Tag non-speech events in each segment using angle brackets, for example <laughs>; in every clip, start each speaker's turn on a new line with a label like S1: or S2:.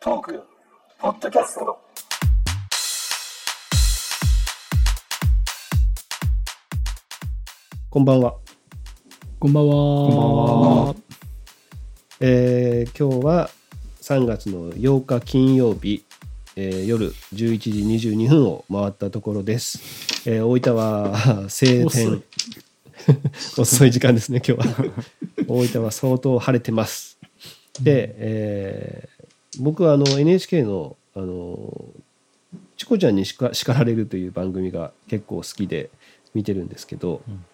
S1: トーク、ポッドキャスト。
S2: こんばんは。
S3: こんばんは。こんばんは。
S2: えー今日は3月の8日金曜日、えー夜11時22分を回ったところです。えー大分は晴
S3: 遅
S2: 天
S3: い。
S2: 遅い時間ですね、今日は。大分は相当晴れてます。で、えー僕はあの NHK の、あの、チコちゃんにしか叱られるという番組が結構好きで見てるんですけど、
S4: うん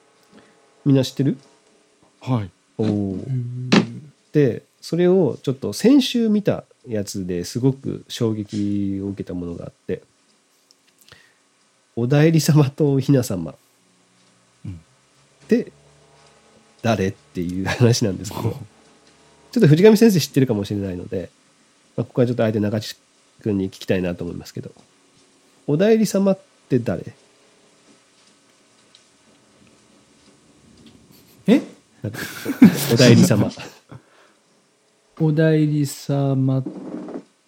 S2: みんな知ってる
S4: はい。
S2: おーでそれをちょっと先週見たやつですごく衝撃を受けたものがあっておだえり様とおひな様
S4: うん
S2: で誰っていう話なんですけどちょっと藤上先生知ってるかもしれないので、まあ、ここはちょっとあえて中地君に聞きたいなと思いますけどおだえり様って誰
S3: え
S4: <laughs>
S2: おだえり様
S3: お代理様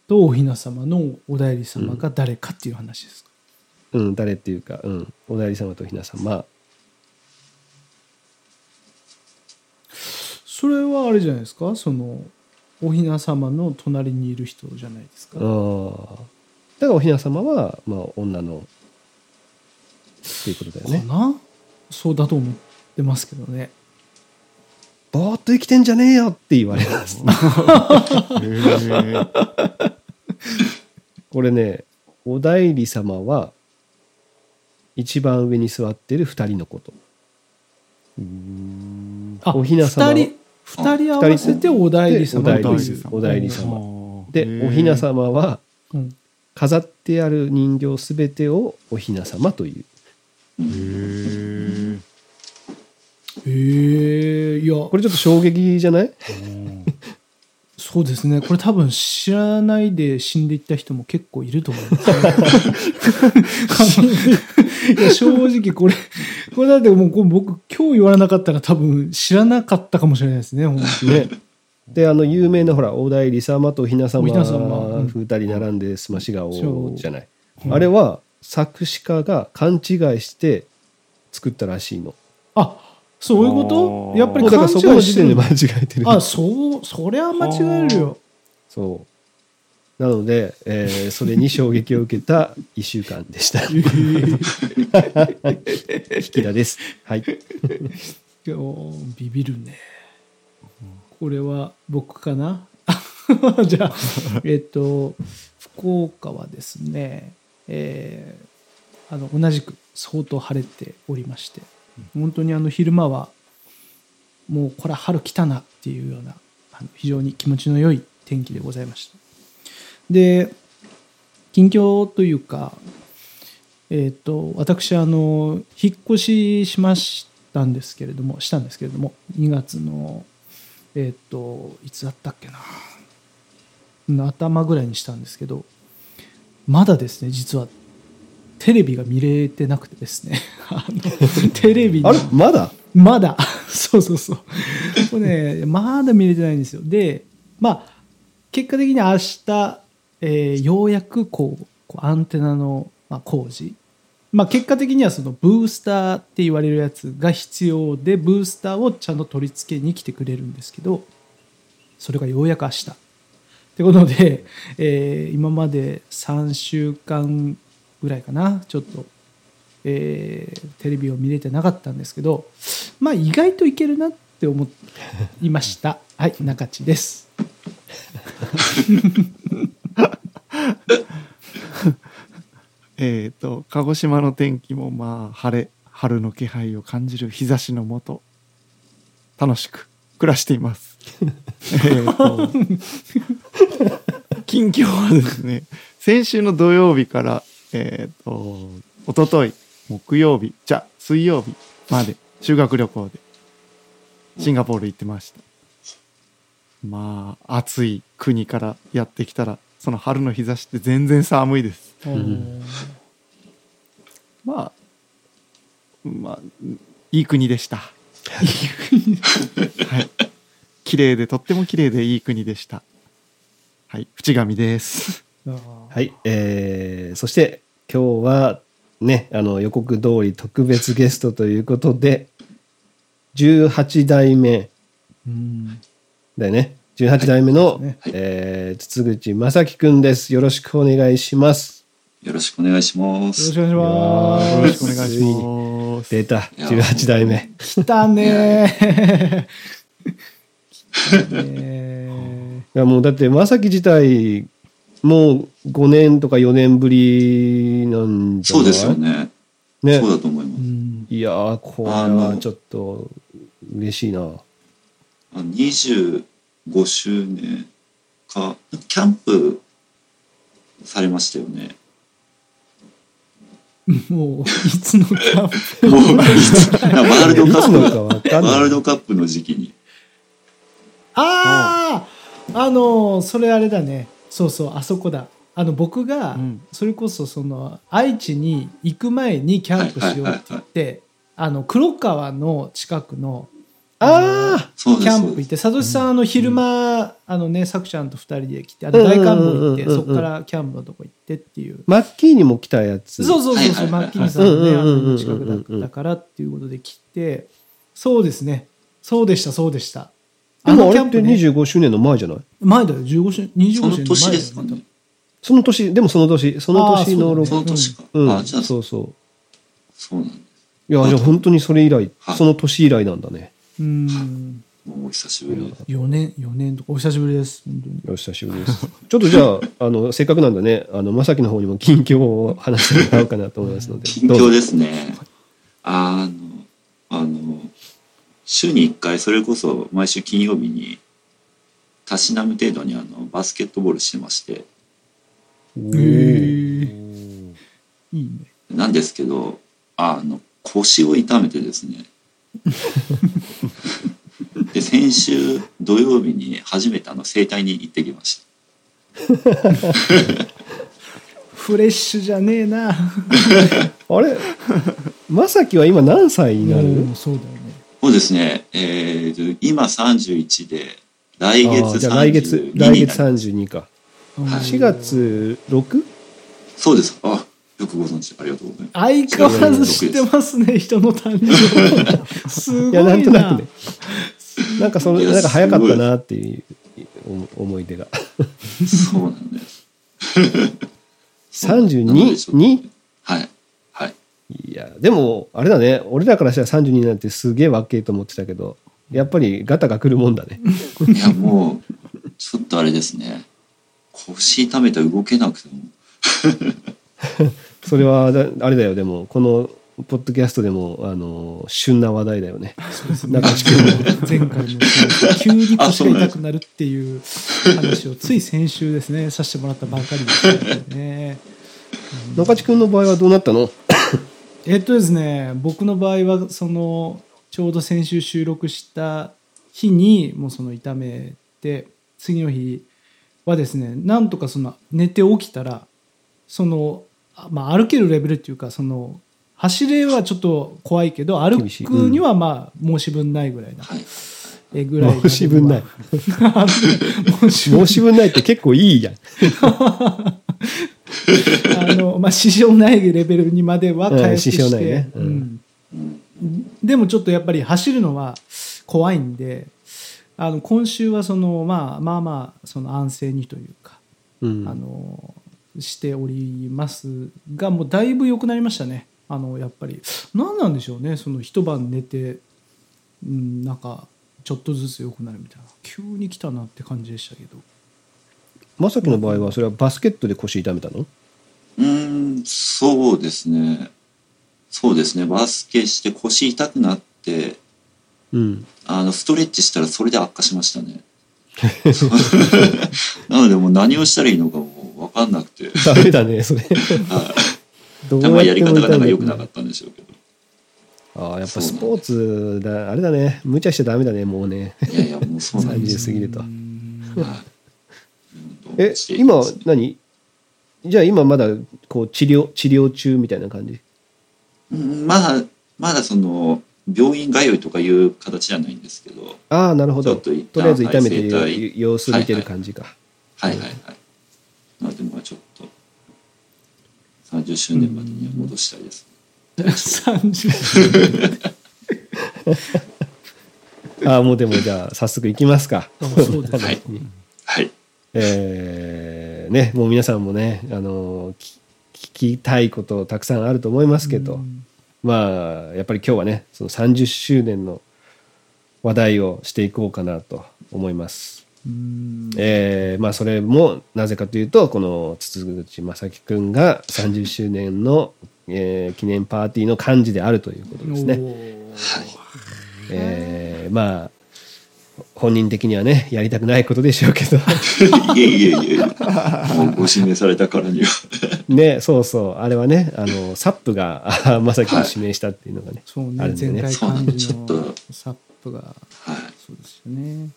S3: とお雛様のお代理様が誰かっていう話ですか、
S2: うん誰っていうか、うん、おだえり様とおひな様
S3: それはあれじゃないですかそのお雛様の隣にいる人じゃないですか、
S2: ああだからお雛様は、まあ、女のっていうことだよね
S3: かなそうだと思ってますけどね
S2: ぼーっと生きてんじゃねえよって言われます
S4: へ
S2: これねお代理様は一番上に座ってる二人のこと
S3: あ
S2: お雛様は
S3: 2人二人合わせてお代理様
S2: で
S3: と
S2: お代
S3: いう
S2: 理お代理
S4: ー
S2: 様でお雛。様は
S3: うん
S2: 飾ってある人形すべてをお雛様という
S4: へー
S3: へえいや
S2: これちょっと衝撃じゃない
S3: そうですねこれ多分知らないで死んでいった人も結構いると思います、ね、いや正直これこれだってもうこれ僕今日言わなかったら多分知らなかったかもしれないですねほんと
S2: ね。であの有名なほら大代理様とおひな様
S3: お雛様うん
S2: 二人並んでスマシ顔
S3: そう
S2: じゃない、あれは作詞家が勘違いして作ったらしいの
S3: あそういうこと
S4: あー
S3: やっぱ
S2: も
S3: り
S2: うだか
S3: 勘違
S2: ら
S3: い
S2: そこの時
S3: して
S2: 点で
S3: る
S2: 間違えてる
S3: あそうそりゃ間違えるよ
S2: そうなので、えーそれに衝撃を受けた1週間で
S3: <laughs>
S2: した引き田ですはい
S3: いやービビるねこれは僕かな <laughs> じゃあえっと福岡はですねえーあの同じく相当晴れておりまして本当にあの昼間はもうこれは春来たなっていうようなあの非常に気持ちの良い天気でございましたで近況というかえー、と私あの引っ越ししましたんですけれどもしたんですけれども2月のえっ、といつだったっけなうん頭ぐらいにしたんですけどまだですね実はテレビが見れてなくてですね <laughs> あのテレビに
S2: あれまだ
S3: まだ <laughs> そうそうそうこれねまだ見れてないんですよでまあ結果的に明日、えーようやくこうこうアンテナの、まあ、工事まあ結果的にはそのブースターって言われるやつが必要でブースターをちゃんと取り付けに来てくれるんですけどそれがようやく明日ってことで、えー今まで3週間ぐらいかなちょっとえーテレビを見れてなかったんですけどまあ意外といけるなって思いました
S4: <laughs>
S3: はい中地です
S4: えっと、鹿児島の天気もまあ、晴れ、春の気配を感じる日差しのもと、楽しく暮らしています。えっと、近況はですね、先週の土曜日から、えっと、おととい、木曜日、じゃあ水曜日まで修学旅行でシンガポール行ってました。まあ、暑い国からやってきたら、その春の日差しって全然寒いです。
S2: ん
S4: まあ、まあ、いい国でした。いい国はい。綺麗で、とっても綺麗でいい国でした。はい、淵上です。
S3: あー
S2: はい、えーそして今日はね、あの予告通り特別ゲストということで、18代目
S3: うん
S2: だよね、18代目の、
S3: ね
S2: えー筒口正樹くんです。よろしくお願いします。
S1: よろしくお願いしま
S3: よろし
S1: す。
S3: くお願いし
S2: あー
S4: よ
S3: ま
S4: ろ
S3: す。
S4: しくお願いします。
S2: 出た、
S1: いや
S2: 18代目。
S3: 来たね
S4: <laughs>
S3: ー。来たね
S2: いやもうだって正樹自体、もう5年とか4年ぶりなんじゃ
S1: そう
S2: ない
S1: ですよね。
S2: ね
S1: そうだと思い
S3: ー。
S1: ま
S3: う
S1: す。
S3: ん
S2: いやー、これ
S1: あ
S2: は
S1: の
S2: ちょっと嬉しいな。
S1: あの25周年か、キャンプされましたよ
S2: <laughs>
S1: ね。
S3: もう、いつのキャンプ
S1: もう、いつなんかワールド
S2: い
S1: カ
S2: つのか
S1: ッ
S2: わ
S1: プ、
S2: かん
S1: ワー
S2: な
S1: ル
S2: い。
S1: ドカップの時期に。
S3: あああのそれあれだねそうそうあそこだあの僕が
S4: うん
S3: それこそその愛知に行く前にキャンプしようって言ってあの黒川の近くの
S2: あ
S1: そうです。
S3: キャ
S1: そう
S3: ン
S1: で
S3: プ行っ
S1: す
S3: て佐藤さんあの昼間あのねさくちゃんと2人で来てあの大観望行って
S2: うんうんうんうんう
S3: そ
S2: ん
S3: こからキャンプのとこ行ってっていう
S2: マッキーにも来たやつ。
S3: そうそうそう
S1: は
S3: そ
S1: いうはいはい
S3: マッキンさんのね
S2: うん
S3: あ
S2: うんうんうんうん
S3: の近くだだからっていうことで来てそうですねそうでしたそうでした
S2: でもあれっ
S3: のキ
S2: て
S3: ャンプね
S2: 25周年の前じゃない
S3: 前だよ15周年25周
S1: そ
S3: 年
S1: の
S3: 前
S1: 年ですかね。
S2: その年、でもその年、その年の
S3: あー
S1: そ
S2: 6、
S1: の年か。
S2: うん、
S1: あ、じゃあ、
S2: そうそう。
S1: そうなんです。
S2: いや、じゃあ本当にそれ以来、
S1: はい
S2: その年以来なんだね。
S3: うん
S1: もうお久しぶりです。
S3: 4年4年とかお久しぶりです本当に
S2: お久しぶりです。ちょっとじゃ
S1: <laughs>
S2: あ、あの、せっかくなんだね、あの、まさきの方にも近況を話してもらおうかなと思いますので。
S1: 近
S2: どうぞ
S1: 況ですね。あの、あの、週に1回、それこそ毎週金曜日に、たしなむ程度にあのバスケットボールしてまして、
S2: お
S3: へ
S2: ー
S3: ーいいね
S1: なんですけど、あの、腰を痛めてですね。 <laughs> で、先週土曜日に初めてあの整体に行ってきまし
S3: フレッシュじゃねえな
S2: あれまさきは今何歳になる、
S3: もうそうだよね
S1: た。そうですね、えーと、今31で、来
S2: あー
S1: 月
S2: じゃあ来月
S1: 32、にな
S2: 来
S1: りま
S2: 月
S1: す
S2: 32か。
S3: うん
S1: はい
S2: 4月 6?
S1: そうです。あ、よくご存知、ありがとうございます。
S3: 相変わらず知ってますね人の
S2: <laughs>
S3: 誕生す
S2: い
S3: ご
S2: や、
S3: い
S2: な
S3: な
S2: んとなくね。なんかその、
S1: いや
S2: なんか早かったなっていうお思い出が。
S1: そうなんです。
S2: 32に
S1: はい。はい。
S2: いや、でも、あれだね。俺らからしたら32なんてすげえわっけえと思ってたけど、やっぱりガタが来るもんだね。
S1: いや、もう、ちょっとあれですね。腰痛めて動けなくても。
S2: それはだ、あれだよ。でも、この、ポッドキャストでも、あの、旬な話題だよね。中地君も。
S3: 前回も急に腰が痛くなるっていう話をつい先週ですねさせてもらったばっかりですけどね
S2: 中地君の場合はどうなったの
S3: えっとですね僕の場合はそのちょうど先週収録した日にもうその痛めて次の日はですねなんとかその寝て起きたらその、あまあ、歩けるレベルっていうかその走れはちょっと怖いけど歩
S2: 厳しい
S3: くにはまあ申し分ないぐらいな、
S1: はい。
S3: えぐらい
S2: 申し分
S3: <laughs>
S2: ない。
S3: 申し分
S2: 申し分ないって結構いいやん。
S3: あの、まあ、支障ないレベルにまでは回復し
S2: う
S3: て、
S2: ん支障ないねうん
S3: うんでもちょっとやっぱり走るのは怖いんで、あの今週はその、まあ、まあまあその安静にというか、
S2: うん
S3: あのしておりますがもうだいぶ良くなりましたねあのやっぱり何なんでしょうねその一晩寝て、うん、なんかちょっとずつ良くなるみたいな急に来たなって感じでしたけど
S2: <laughs> まさきの場合は、それはバスケットで腰痛めたの
S1: うーん、そうですね。そうですね。バスケして腰痛くなって、
S2: うん。
S1: あの、ストレッチしたらそれで悪化しました
S2: <laughs>
S1: ね。なので、もう何をしたらいいのかもうわかんなくて。
S2: ダメだね、
S1: <laughs>
S2: それ。ど
S1: たまやり方がなんか良くなか
S2: っ
S1: ったんでしょうけど。
S2: た。ああ、やっぱスポーツだ、あれだね。無茶しちゃダメだね、もうね。
S1: いやいや、もうそうなんです。
S2: 30過ぎると
S3: う。ん
S1: はい
S2: え、今、何じゃあ今まだ、こう、治療、治療中みたいな感じ。
S1: うんまだまだその病院通いとかいう形じゃないんですけど
S2: ああ、なるほ
S1: ち
S2: ど。
S1: ょっと一旦
S2: とりあえず痛めて
S1: はい整体
S2: 様子見てる感じか。
S1: はいはいはい。なので、まあちょっと、30周年までには戻したいです。
S3: 30
S2: <laughs> あーもうでもじゃあ早速いきますか。
S3: そう
S2: <laughs>
S3: です
S1: はい。はい。
S2: えーね、もう皆さんもね、あのーき聞きたいことたくさんあると思いますけど、まあやっぱり今日はねその30周年の話題をしていこうかなと思います。
S3: うん
S2: えーまあそれもなぜかというとこの筒口正樹くんが30周年の、えー記念パーティーの幹事であるということですね。
S3: おー
S2: えーまあ本人的にはねやりたくないことでしょうけど
S1: いえいえいえいえ。もうご指名されたからには。
S2: ねそうそうあれはねあのサップがあー正樹を指名したっていうのがね、
S3: そう
S2: あ
S3: ね
S2: るんで
S3: 前
S2: ね
S3: 回
S1: そうなんだ
S3: 感
S1: ち
S3: じ
S1: ょっと
S3: のサップが
S1: はい。
S3: そうですよね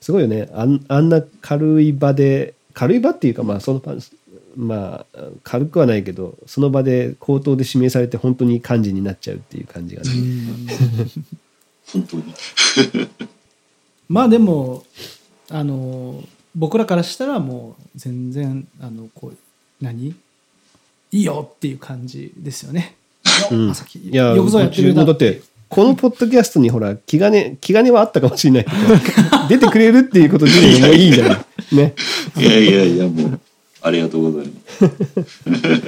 S2: すごいよねあんあんな軽い場で軽い場っていうかまあその場まあ軽くはないけどその場で口頭で指名されて本当に幹事になっちゃうっていう感じがね、
S1: 本当に。
S3: まあでもあの僕らからしたらもう全然あのこう何いいよっていう感じですよね。
S2: う
S3: い
S2: ん
S3: や朝日
S2: いや
S3: よくぞやってくれた
S2: うちもだってこのポッドキャストにほら気兼ね気兼ねはあったかもしれないけど <laughs> 出てくれるっていうこと自体もういいじゃないね
S1: いやいやいや、もう、ありがとうございます。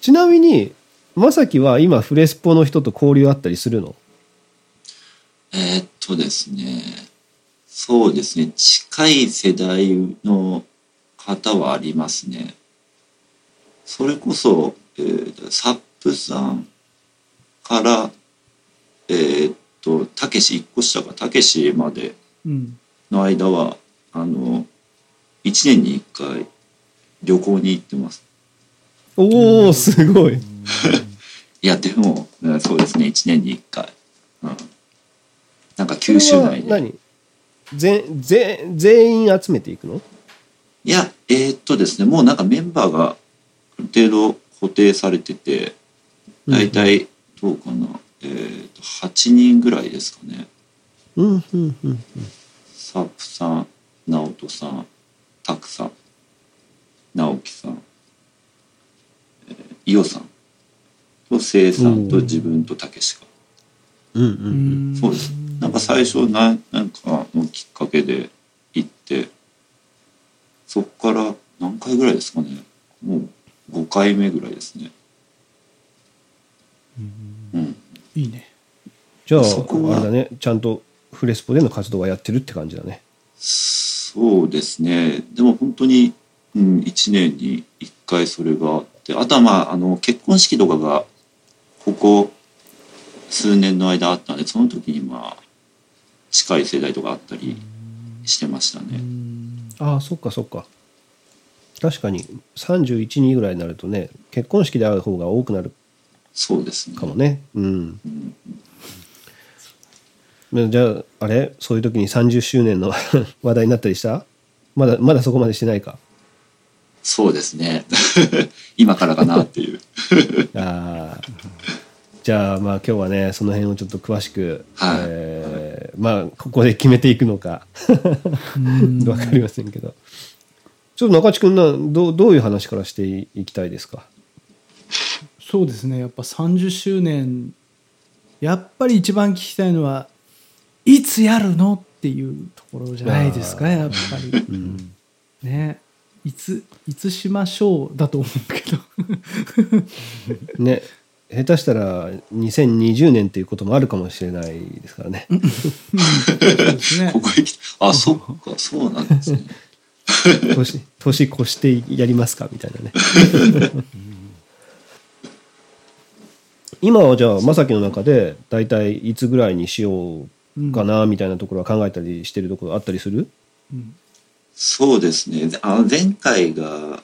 S2: ちなみにまさきは今フレスポの人と交流あったりするの
S1: えーっとですね、そうですね、近い世代の方はありますね。それこそ、えーサップさんから、えーっと、たけし、一個下か、たけしまで
S3: うん
S1: の間は、あの、1年に1回旅行に行ってます。
S2: おおすごい
S1: いや、でも、うんそうですね、1年に1回。うん。なんか九州内
S2: それは
S1: で。
S2: 何全全全員集めていくの
S1: いや、えーっとですね、もうなんかメンバーがある程度固定されてて、だいたいどうかな、えーっと、8人ぐらいですかね。
S2: うんうんうん
S1: サップさん、直人さん、タクさん、直樹さん、えー伊代さん、と、せいさんと
S2: うん
S1: 自分とたけしが。
S2: うんう
S3: うんん
S1: そうです。なんか最初な、なんかのきっかけで行って、そっから何回ぐらいですかね。もう5回目ぐらいですね。うん。
S3: いいね。
S2: じゃあ
S1: そこは
S2: あれだねちゃんとフレスポでの活動はやってるって感じだね
S1: そうですね。でも本当に、うん、1年に1回それがあって、あとはまあ、あの、結婚式とかが、ここ数年の間あったんで、その時にまあ、近い世代とかあったりしてましたね。
S2: ああそっかそっか確かに312ぐらいになるとね結婚式で会う方が多くなる
S1: そうですね。
S2: かもねうん、じゃああれそういう時に30周年の <laughs> 話題になったりしたまだまだそこまでしてないか
S1: そうですね。 <laughs> 今からかなっていう。
S2: あーじゃあまあ今日はねその辺をちょっと詳しく、
S1: はい
S2: えーまあここで決めていくのか <laughs> わかりませんけどちょっと中地君などうどういう話からしていいきたいですか
S3: そうですねやっぱ30周年やっぱり一番聞きたいのはいつやるのっていうところじゃないですかやっぱり。ねいついつしましょうだと思うけど。
S2: ね下手したら2020年っていうこともあるかもしれないですからね
S3: そうですね
S1: こ。こへ来て、
S2: <laughs>
S1: あ、そっか、そうなんですね。
S2: 年年越してやりますかみたいなね今はじゃあまさきの中で大体いつぐらいにしようかなみたいなところは考えたりしてるところあったりする、
S3: うん
S1: そうですね。あの前回が、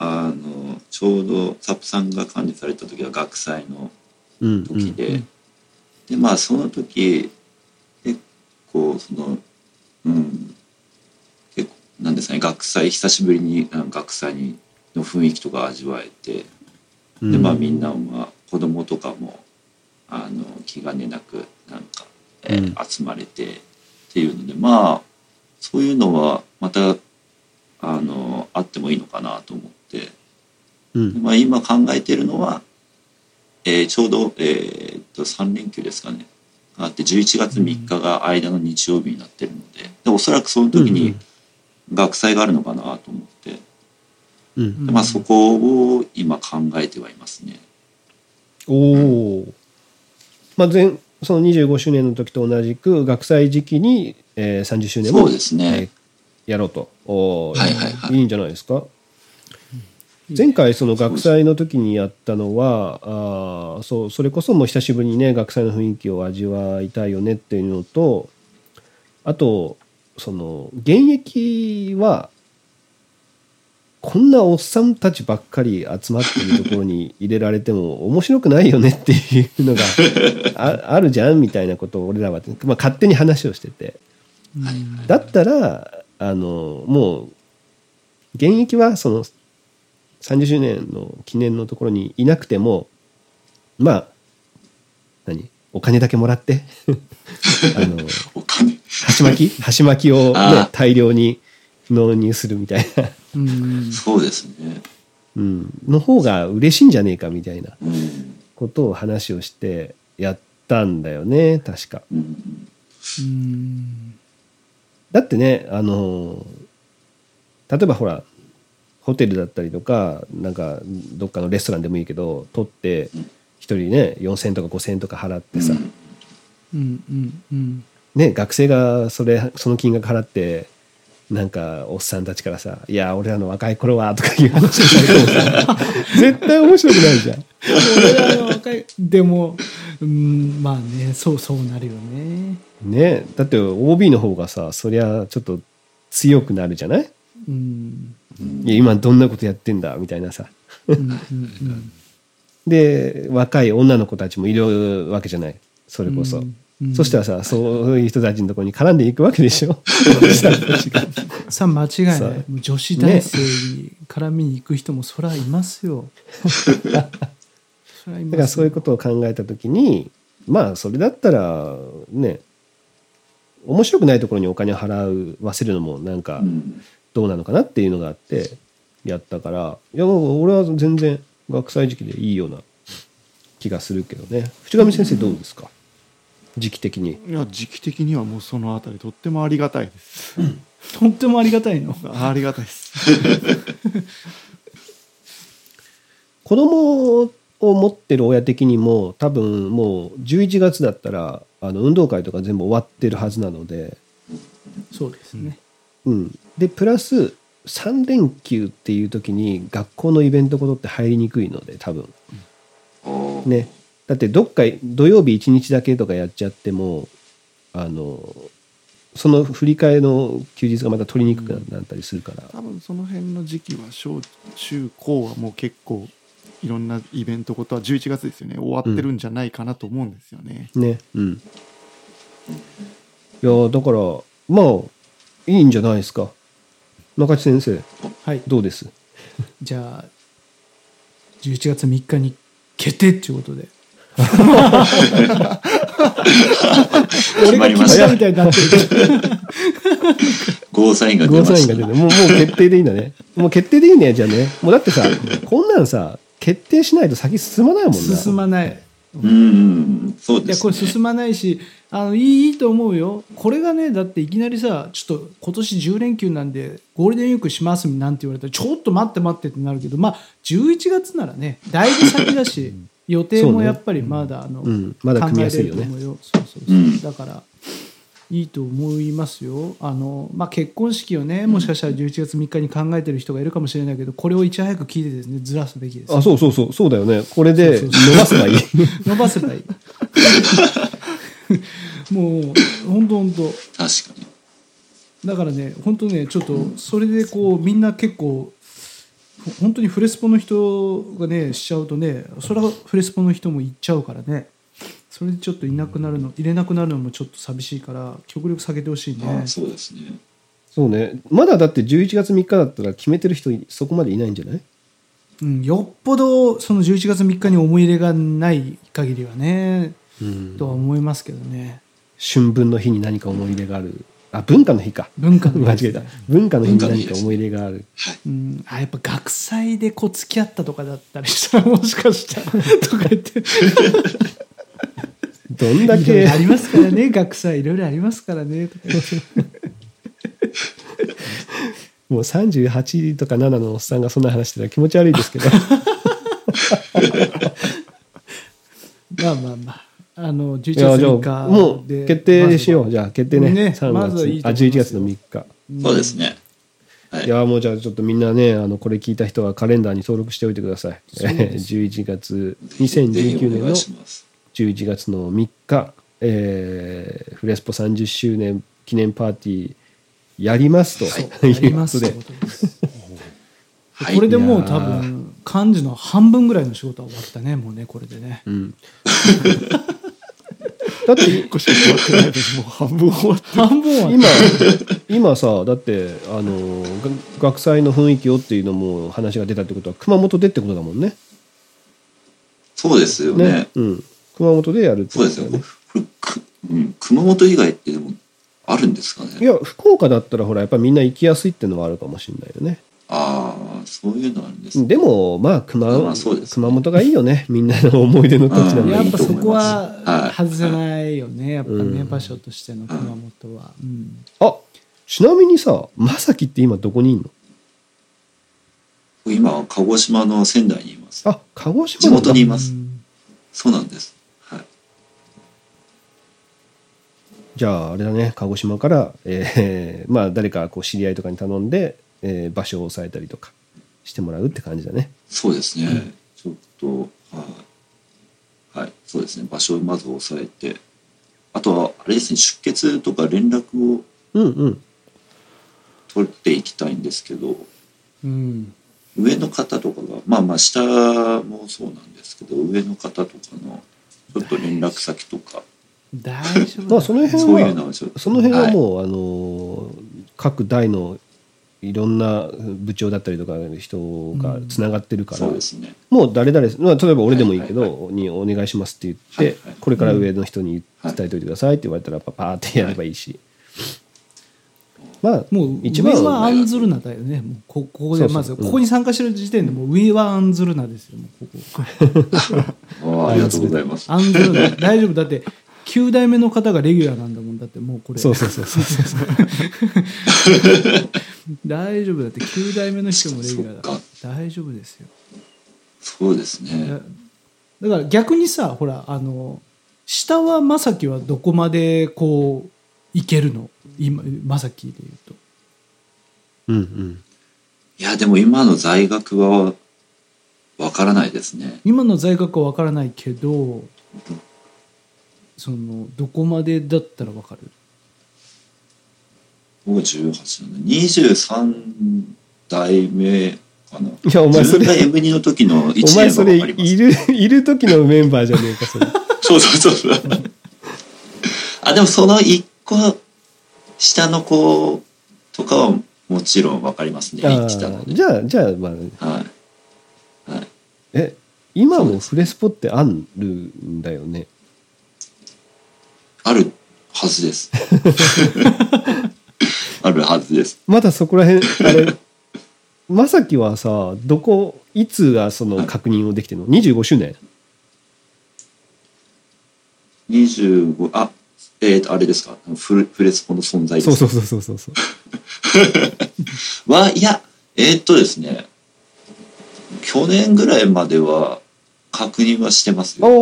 S1: あの、ちょうどサップさんが管理された時は学祭の
S2: うんうん
S1: 時で、で、まあその時、結構その、うん、結構、なんですかね、学祭、久しぶりにあの学祭にの雰囲気とか味わえて、
S2: うん
S1: でまあみんなまあ子供とかもあの気兼ねなくなんか、えー集まれてっていうのでまあそういうのはまたあのあってもいいのかなと思って、
S2: うん。
S1: まあ、今考えてるのは、えーちょうど、えーっと3連休ですかねがあって11月3日が間の日曜日になってるのででおそらくその時
S2: うんう
S1: に
S2: ん
S1: 学祭があるのかなと思って、
S2: うん。
S1: でまあ、そこを今考えてはいますね。
S2: おお。まあ、前、その25周年の時と同じく、学祭時期に、えー、30周年も
S1: そうですね、
S2: やろうと。おー
S1: はいはいはい
S2: いいんじゃないですか。前回その学祭の時にやったのはあーそうそれこそもう久しぶりにね学祭の雰囲気を味わいたいよねっていうのとあとその現役はこんなおっさんたちばっかり集まってるところに入れられても面白くないよねっていうのがああるじゃんみたいなことを俺らは、まあ、勝手に話をしてて。だったらあのもう現役はその30周年の記念のところにいなくてもまあ何お金だけもらって <laughs> あの
S1: お金
S2: 箸巻き箸巻きを、ね
S1: あー、
S2: 大量に納入するみたいな、
S3: うん
S1: そうですね、
S2: うん、の方が嬉しいんじゃねえかみたいな
S1: うん
S2: ことを話をしてやったんだよね確か。
S1: うん、
S3: うん
S2: だってねあの例えばほらホテルだったりとかなんかどっかのレストランでもいいけど取って
S1: うん
S2: 一人ね4,000とか5,000とか払ってさ、
S1: うん
S3: うんうんうん
S2: ね、学生がそれその金額払ってなんかおっさんたちからさ「いや俺らの若い頃は」とかいう話をされてもさ絶対面白くないじゃん。
S3: 俺らの若いでも、うん、まあねそうそうなるよね
S2: ねだって OB の方がさそりゃちょっと強くなるじゃない
S3: うん
S2: いや今どんなことやってんだみたいなさ。
S3: うんうんうん
S2: で若い女の子たちもいるわけじゃないそれこそ、
S3: うんうん
S2: そしたらさそういう人たちのところに絡んでいくわけでし
S3: <laughs>
S2: ょおじさんたちが
S3: さあ間違いない
S2: さあ
S3: もう女子大生に絡みに行く人もそらいますよ
S2: <laughs>
S3: そらいます
S2: だからそういうことを考えた時にまあそれだったらね面白くないところにお金を払わせるのもなんか
S1: うん
S2: どうなのかなっていうのがあってやったからいやもう俺は全然学祭時期でいいような気がするけどね淵上先生どうですか時期的に
S4: いや時期的にはもうそのあたりとってもありがたいです
S3: とってもありがたいの
S4: ありがたいです
S2: 子供を持ってる親的にも多分もう11月だったらあの運動会とか全部終わってるはずなので、
S3: そうですね、
S2: うん、でプラス3連休っていう時に学校のイベントごとって入りにくいので多分
S1: おー
S2: ねだってどっか土曜日1日だけとかやっちゃってもあのその振り替えの休日がまた取りにくくなったりするから、
S4: 多分その辺の時期は小中高はもう結構いろんなイベントことは11月ですよね終わってるんじゃないかなと思うんですよね、
S2: ねうんいやだからまあいいんじゃないですか中地先生
S3: はい
S2: どうです
S3: じゃあ11月3日に決定っていうことで俺が決めたみたいにな <laughs> ってるけど
S1: ゴーサインが出
S2: ゴー
S1: ま
S2: サイ
S1: し
S2: ンが
S1: た
S2: 出てもうもう決定でいいんだねもう決定でいいねじゃあねもうだってさこんなんさ決定しないと先進まないもんな
S3: 進まない
S1: うんうん、そう
S3: い
S1: で
S3: や
S1: す
S3: こ
S1: ね。
S3: れ進まないしあのいいいいと思うよこれがねだっていきなりさちょっと今年10連休なんでゴールデンウィークしますなんて言われたらちょっと待って待ってってなるけどまあ11月ならねだいぶ先だ
S2: <laughs>
S3: し予定もやっぱりまだあの、
S2: うんまだ組みやすいよね
S3: 考えれると思うよそうそうそう、
S1: うん
S3: だからいいと思いますよあの、まあ、結婚式をねもしかしたら11月3日に考えてる人がいるかもしれないけどこれをいち早く聞いてですねずらすべきです
S2: あそうそうそうそうだよねこれで
S3: そ
S2: 伸
S3: うそ
S2: ばせ
S3: うそう
S2: ばいい <laughs>
S3: 伸ばせばい <laughs> いもう本当本当
S1: 確かに。
S3: だからね本当ねちょっとそれでこうみんな結構ほ本当にフレスポの人がねしちゃうとねそれはフレスポの人も行っちゃうからねそれでちょっといなくなるの入れなくなるのもちょっと寂しいから極力避けてほしい
S1: あ
S3: ね
S1: あそうですね。
S2: そうねまだだって11月3日だったら決めてる人そこまでいないんじゃない
S3: うん、よっぽどその11月3日に思い入れがない限りはね、とは思いますけどね
S2: 春分の日に何か思い入れがあるあ文化の日か
S3: 文化の日
S2: 間違えた文化の日に
S1: 文化の
S2: 何
S1: 日で
S2: か
S1: す
S2: 思い入れがある
S3: うん、あやっぱ学祭でこう付き合ったとかだったりしたらもしかした <laughs> らとか言って
S2: どんだ
S3: いろい
S2: け
S3: ろありますからね学祭いろいろありますから <laughs> ねとか言って
S2: もう38とか7のおっさんがそんな話してたら気持ち悪いですけ
S3: <laughs>
S2: ど
S3: まあまあまああの11
S2: いや
S3: 月
S2: じゃ
S3: 3日
S2: あもう決定しよう
S3: まずは
S2: じゃあ決定ね
S3: ね
S2: 3
S3: まず
S2: 月
S3: はいいと
S2: あ
S3: 思い
S2: 11
S3: ます
S2: 月
S3: よ
S2: の3日
S1: そうですね。はい
S2: いやもうじゃあちょっとみんなねあのこれ聞いた人はカレンダーに登録しておいてください、え
S3: そうで
S2: <laughs> ー11月2019
S1: ぜひ
S2: 年
S1: お
S2: の
S1: 願いします。
S2: 11月の3日、えーフレスポ30周年記念パーティーやりますと
S3: そ
S2: <laughs>
S3: う
S2: い
S3: やり
S2: うこ
S3: ま
S2: と
S3: すって
S2: で
S3: こと <laughs> です
S1: はい
S3: これでもう
S2: いや
S3: 多
S2: ー
S3: 分幹事の半分ぐらいの仕事は終わったねもうねこれでね
S2: うん、だって
S4: 一個しか終わってないです。もう半分終わって。
S3: 半分は
S2: 今今さだってあのが学祭の雰囲気をっていうのも話が出たってことは熊本でってことだもんね。
S1: そうですよね。
S2: ねうん、熊本でやるって
S1: そう
S2: こ
S1: です
S2: とだ
S1: よ。
S2: よ
S1: これ。
S2: ね
S1: くうん、熊本以外ってでもあるんですかね。
S2: いや福岡だったらほらやっぱみんな行きやすいっていうのはあるかもしれないよね。
S1: ああ、そういうのあるんですね。
S2: でもまあ熊,、
S1: まあそうです
S2: 熊本がいいよねみんなの思い出の土地
S1: う
S2: な
S1: んん
S2: で
S3: や
S2: い
S3: っ
S2: い
S3: ぱ
S2: と
S3: そ
S2: 思い
S3: こ
S2: ます。
S1: は
S3: はい外せないよねやっぱね
S2: うん
S3: 場所としての熊本はうん
S2: あちなみにさまさきって今どこにいんの
S1: 今は鹿児島の仙台にいます。
S2: あ鹿児
S1: 地
S2: 島なんだ
S1: 元にいます。
S3: うん
S1: そうなんです。はい。
S2: じゃああれだね鹿児島から、えーまあ、誰かこう知り合いとかに頼んで、えー場所を押さえたりとかしてもらうって感じだね。
S1: そうですね。ちょっと、はい。はい、そうですね。場所をまず押さえて、あとは、あれですね、出血とか連絡を
S2: うんうん。
S1: 取っていきたいんですけど、
S3: うん
S1: 上の方とかが、まあまあ、下もそうなんですけど、上の方とかの、ちょっと連絡先とか、
S3: 大丈夫だ
S2: まあその辺
S1: そういうのはちょっと、
S2: その辺は
S1: はい、
S2: もう、あのー各大のいろんな部長だったりとか人がつながってるから、
S1: そうですね。
S2: もう誰々、まあ、例えば俺でもいいけど、
S1: はいは
S2: にお願いしますって言って、
S1: はいはい
S2: これから上の人に
S1: う
S2: 伝え
S1: ん
S2: ておいてくださいって言われたらパパーってやればいいし、まあ
S3: もう
S2: 一
S3: 上
S2: 番
S3: は案ずるなだよねもうこここでまず
S2: そうそううん
S3: ここに参加してる時点でもう上は案ずるなですよもうここ
S1: あーありがとうございます。
S3: 案ずるな
S2: <laughs>
S3: 大丈夫だって9代目の方がレギュラーなんだもんだってもうこれ
S2: そうそうそうそうそう
S1: <laughs>
S3: 大丈夫だって9代目の人もレギュラーだから
S1: そ
S3: 大丈夫ですよ
S1: そうです
S3: だ
S1: ね。
S3: だから逆にさほらあの下は正樹はどこまでこういけるの今正樹で言うと
S2: うんうん
S1: いや、でも今の在学は、わからないですね。
S3: 今の在学は分からないけどそのどこまでだったら分かる
S1: 僕18なんで、23代目かな。
S2: いやお前そ
S1: 自分
S2: れ
S1: が M2 の時の1
S2: お前
S1: 年
S2: そ
S1: は
S2: れ
S1: 分かります
S2: い。るいる時のメンバーじゃねえか
S1: <laughs>
S2: それ
S1: そうそうそうそう。あ、でもその一個下の子とかはもちろんわかりますね。
S2: あ
S1: 下の
S2: ーじゃあじゃあまあ
S1: はい。はい。
S2: え今もフレスポってあるんだよね
S1: あるはず
S2: <laughs>
S1: です。あるはずです。
S2: まだそこら辺あれ <laughs> まさきはさどこいつがその確認をできてるの25周年
S1: 25、あ、えっ、と、あれですか。フルフレスポの存在です
S2: そ
S1: か
S2: うそうそうそうそうそう
S1: は、いや、えーっとですね、去年ぐらいまでは確認はしてますよ。はい
S2: お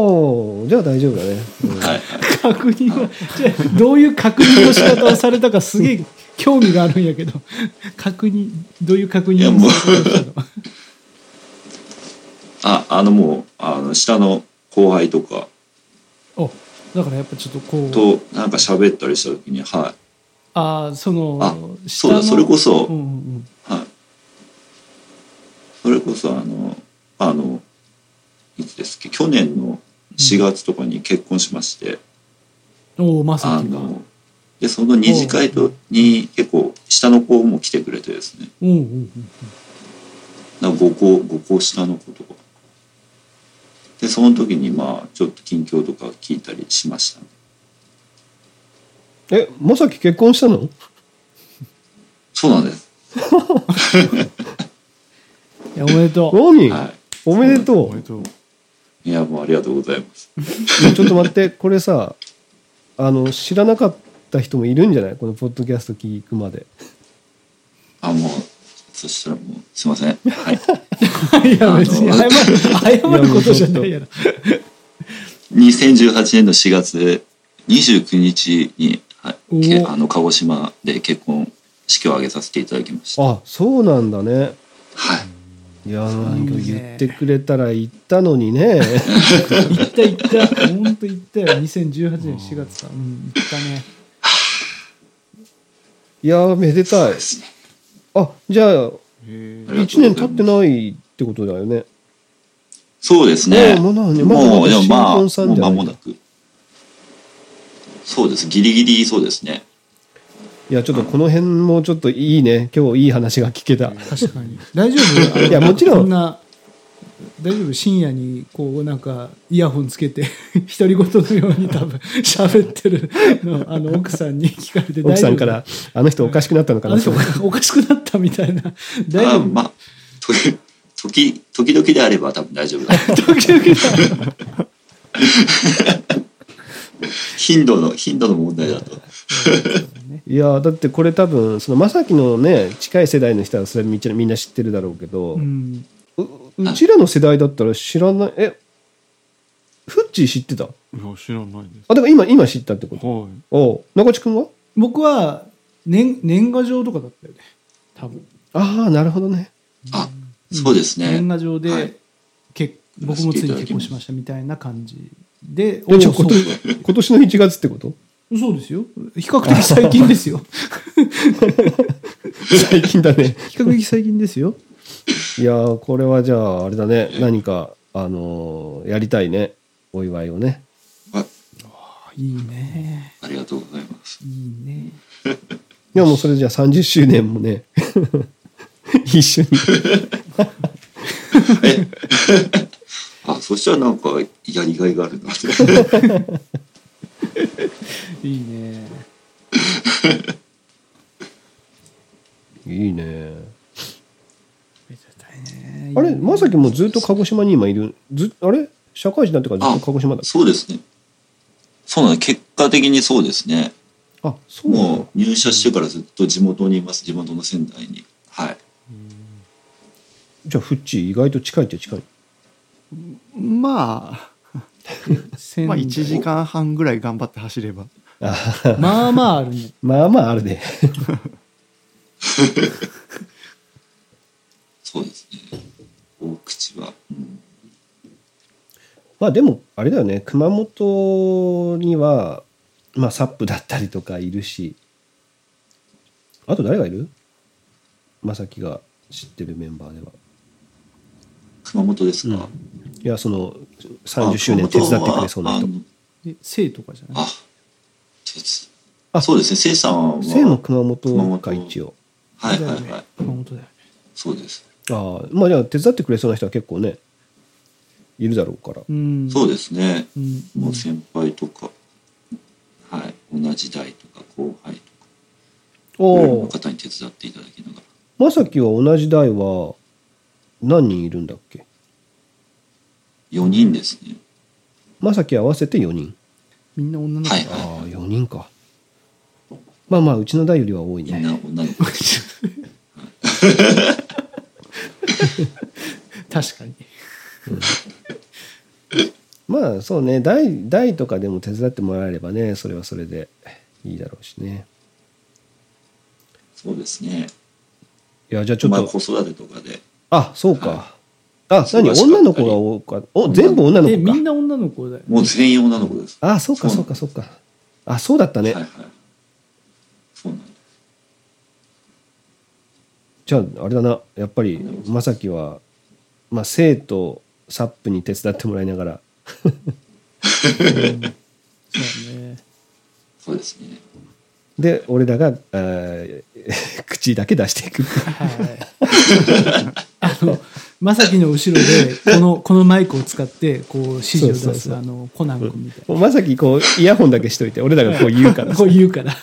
S2: おじゃあ大丈夫だね、うん
S1: はい。
S3: 確認はじゃあ <laughs> どういう確認の仕方をされたかすげえ興味があるんやけど確認どういう確認をされたの
S1: あ、あのもう、あの、下の後輩とか
S3: <laughs> おだからやっぱちょっとこう
S1: となんか喋ったりした時に、は
S3: ああその
S1: あそうだそれこそ
S3: うんうん
S1: い。はい。それこそ、あの、あの、いつですっけ、去年の4月とかに結婚しまして、
S3: うん、おおまさ
S1: あ
S3: きがうん
S1: の、で、その二次会とに結構下の子も来てくれてですね、
S3: うんうん
S1: なんか5個5個下の子とかでその時にまあちょっと近況とか聞いたりしましたね
S2: え、まさき結婚したの
S1: そうなんです。
S3: いやおめでとう
S2: 何、
S1: は
S2: おめでと
S4: おめでとう
S1: い。いや、もうありがとうございます。
S2: う。ちょっと待って、これさ、あの、知らなかった人もいるんじゃないこのポッドキャスト聞くまで。
S1: あ、もう、そしたらもう、すいません。はい。 <laughs>
S3: <laughs> いや別に
S1: あの
S3: 謝る謝ることじゃないやろ
S1: 2018年の4月29日に、はい、け
S3: お
S1: あの鹿児島で結婚式を挙げさせていただきました。
S2: あ、そうなんだね。
S1: はい。
S2: いやー、
S3: いい
S2: なんか
S3: ね
S2: 言ってくれたら言ったのにね。 <laughs>
S3: 行った行った本当行ったよ2018年4月かうん行ったね
S2: いやー、めでたい。
S1: すね
S2: あ、じゃあ、
S4: へ
S1: ありがと
S2: 1
S1: うございます
S2: 年経ってないってことだよね。
S1: そうですね。
S2: もうもう何まだ
S1: もう、でもまあ、
S2: 新
S1: も
S2: 婚さん
S1: う
S2: じゃな
S1: 間
S2: い
S1: もなく。そうです。ギリギリそうですね。
S2: いや、ちょっとこの辺もちょっといいね。今日いい話が聞けた。
S3: 確かに大丈夫
S2: いやもちろん
S3: こんな大丈夫深夜にこうなんかイヤホンつけて <laughs> 独り言のように多分喋ってるのあの奥さんに聞かれて大丈夫
S2: 奥さんから、あの人おかしくなったのか
S3: あ
S2: な
S3: の人
S2: と
S3: お。かおかしくなったみたいな大
S1: あ
S3: 丈夫
S1: まあ、時、時、時々であれば多分大丈夫だ。
S3: 時々だ
S1: 頻度の、頻度の問題だと。
S2: いやー、だってこれ多分、そのまさきのね、近い世代の人はそれみんなみんな知ってるだろうけど、
S3: う
S2: うんうちらの世代だったら知らない、え、フッチー知ってた
S4: えいや知らないです
S2: あ、だから今、今知ったってこと。
S4: は
S2: おう中地君は
S3: 僕は年年賀状とかだったよね多分
S2: ああ、なるほどね。
S1: あ、そうですね。
S3: 年賀状で、
S1: はい
S3: 結僕もついに結婚しましたみたいな感じで
S2: え、じゃあ
S3: おそ
S2: 今
S3: う
S2: 年今年の1月って
S3: <laughs>
S2: こと
S3: そうですよ比較的最近で
S2: <laughs>
S3: すよ
S2: 最近だね。
S3: 比較的最近ですよ
S2: いやー、これはじゃあ、あれだね、何か、あのーやりたいね、お祝いをね。
S1: あ
S3: いいね
S1: ありがとうございます。
S3: いいね
S2: いや、もうそれじゃあ30周年もね、 <laughs> 一緒に。
S1: あ、そしたらなんか、やりがいがあるな <laughs> って。
S3: いいね
S2: いいね。
S3: めでたいね
S2: あれ、まさきもずっと鹿児島に今いる。ずあれ社会人になってからずっと鹿児島だ。
S1: そうですね。そうなの、結果的にそうですね。
S2: あ、そうな
S1: も
S2: の
S1: う入社してからずっと地元にいます。地元の仙台に。はい。
S2: じゃあ、フッチー意外と近いっちゃ近い。
S4: いまあ
S3: 仙
S4: まあ
S3: 台
S4: 1時間半ぐらい頑張って走れば
S2: あはは
S3: まあまああるね
S2: まあまああるね。
S1: そうですね。大口は。うん
S2: まあでも、あれだよね、熊本には、まあ、サップだったりとかいるし、あと誰がいるまさきが知ってるメンバーでは。
S1: 熊本ですか。
S2: いや、その、
S1: あ
S2: 30周年手伝ってくれそうな
S1: 熊
S2: 人
S1: 本。は
S3: で生とかじゃな
S1: あの
S3: い
S1: あ、手伝
S2: あ
S1: そうですね。せいさんは。
S2: せいも熊本か、一応。
S1: はい
S3: だ
S1: はい
S3: よ
S1: は
S3: ね
S1: い。
S3: 熊本だよね
S1: そうです。
S2: ああ、まあじゃあ手伝ってくれそうな人は結構ね、いるだろうから。
S3: うん
S1: そう
S3: う
S1: ですね。
S3: ん
S1: もう先輩とか。はい。同じ代とか後輩とか。
S2: お
S1: いろんな
S2: お、
S1: 方に手伝っていただきながら。
S2: まさきは同じ代は何人いるんだっけ
S1: 4人ですね。
S2: まさき合わせて4人。
S3: みんな女の子
S1: はい
S3: だ
S2: ああ、4人か。まあまあ、うちの代よりは多い
S1: み
S2: ね
S1: ん。な女の子です。
S2: <laughs>
S3: 確かに
S2: まあそうね代代とかでも手伝ってもらえればねそれはそれでいいだろうしね
S1: そうですね。
S2: いやじゃあちょっ
S1: まあ
S2: と、
S1: 子育てとかで。
S2: あそうかあ
S1: そう
S2: 何
S1: ですか
S2: 女の子が多かお全部女の
S3: でみん
S2: 子か
S3: な女の子だよね
S1: もう全員女の子です。
S2: あそうかそうかそうかあそうだったね、
S1: はいはい。そうなんです。
S2: じゃああれだなやっぱりまさきはまあ生とサップに手伝ってもらいながら
S3: そうだね
S1: そうですね。
S2: で俺らが、 <laughs> えー口だけ出していく
S3: はい。あの、まさきの後ろで、この、このマイクを使って、こう、指示を出す、
S2: そうそうそう
S3: あの、コナン君みたいな。
S2: まさきこうイヤホンだけしといて俺ら <laughs> がこう言うから
S3: <laughs> こう言うから。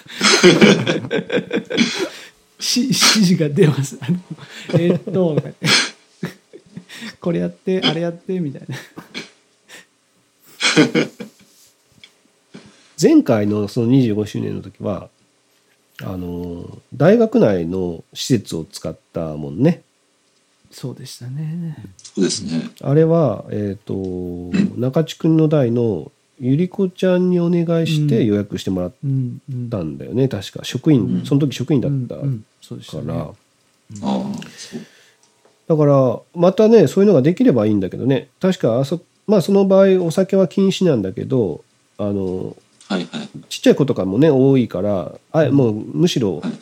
S3: し指示が出ます。あのえーっと、これやって、あれやって、みたいな。
S2: 前回のその25周年の時はあの大学内の施設を使ったもんね
S3: そうでしたね。
S1: そうですね。
S2: あれは、えっと中地君の代のゆりこちゃんにお願いして予約してもらっ
S3: うん。うん
S2: たんだよね、確か職員、
S1: うん
S2: その時職員だった
S3: うんうんそうでした
S2: か
S3: ね
S2: ら、
S1: ああ、そう。
S2: だからまたねそういうのができればいいんだけどね確かあそ,、まあ、その場合お酒は禁止なんだけどあの
S1: はいはい。
S2: ちっちゃい子とかもね多いからあもうむしろ
S1: はいは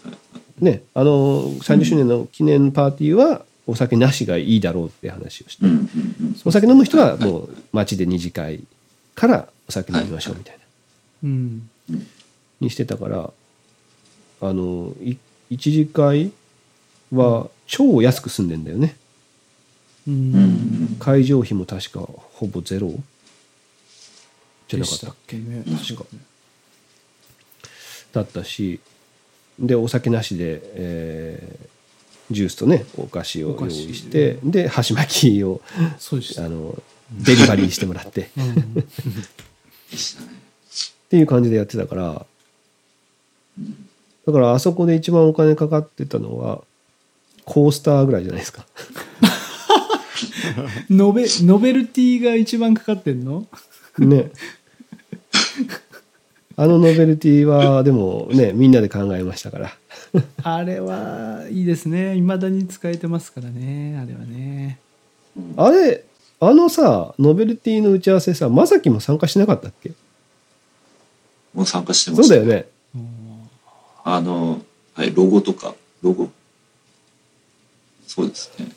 S1: い。
S2: ねあの30周年の記念パーティーはお酒なしがいいだろうって話をして、
S1: うんうんうん。
S2: お酒飲む人はもう街で二次会からお酒飲みましょうみたいな、
S3: うん。
S2: にしてたからあのい一次会は超安く済んでんだよね
S3: う
S1: うんうん
S3: ん。
S2: 会場費も確かほぼゼロじゃな
S3: で
S2: かっ
S3: した
S2: た
S3: っけね。
S2: 確かだったしでお酒なしで、えージュースとねお菓子を
S3: お
S2: 用
S3: 菓
S2: 意
S3: 子
S2: してで箸巻き
S3: <laughs>
S2: を
S3: そうでし
S2: あ
S3: た。
S2: のデリバリーしてもらってっ
S3: うん
S1: でしたね。
S2: ていう感じでやってたからだからあそこで一番お金かかってたのはコースターぐらいじゃないです
S3: <laughs>
S2: か
S3: ノベノベルティが一番かかってんの
S2: ねあのノベルティはでもねみんなで考えましたから
S3: あれはいいですねいまだに使えてますからねあれはね
S2: あれ、あのさ、ノベルティの打ち合わせさ、まさきも参加しなかったっけ
S1: もう参加してま
S2: そう
S1: した。
S2: だよね。
S3: うん
S1: あの、はい、ロゴとか、ロゴ。そうですね。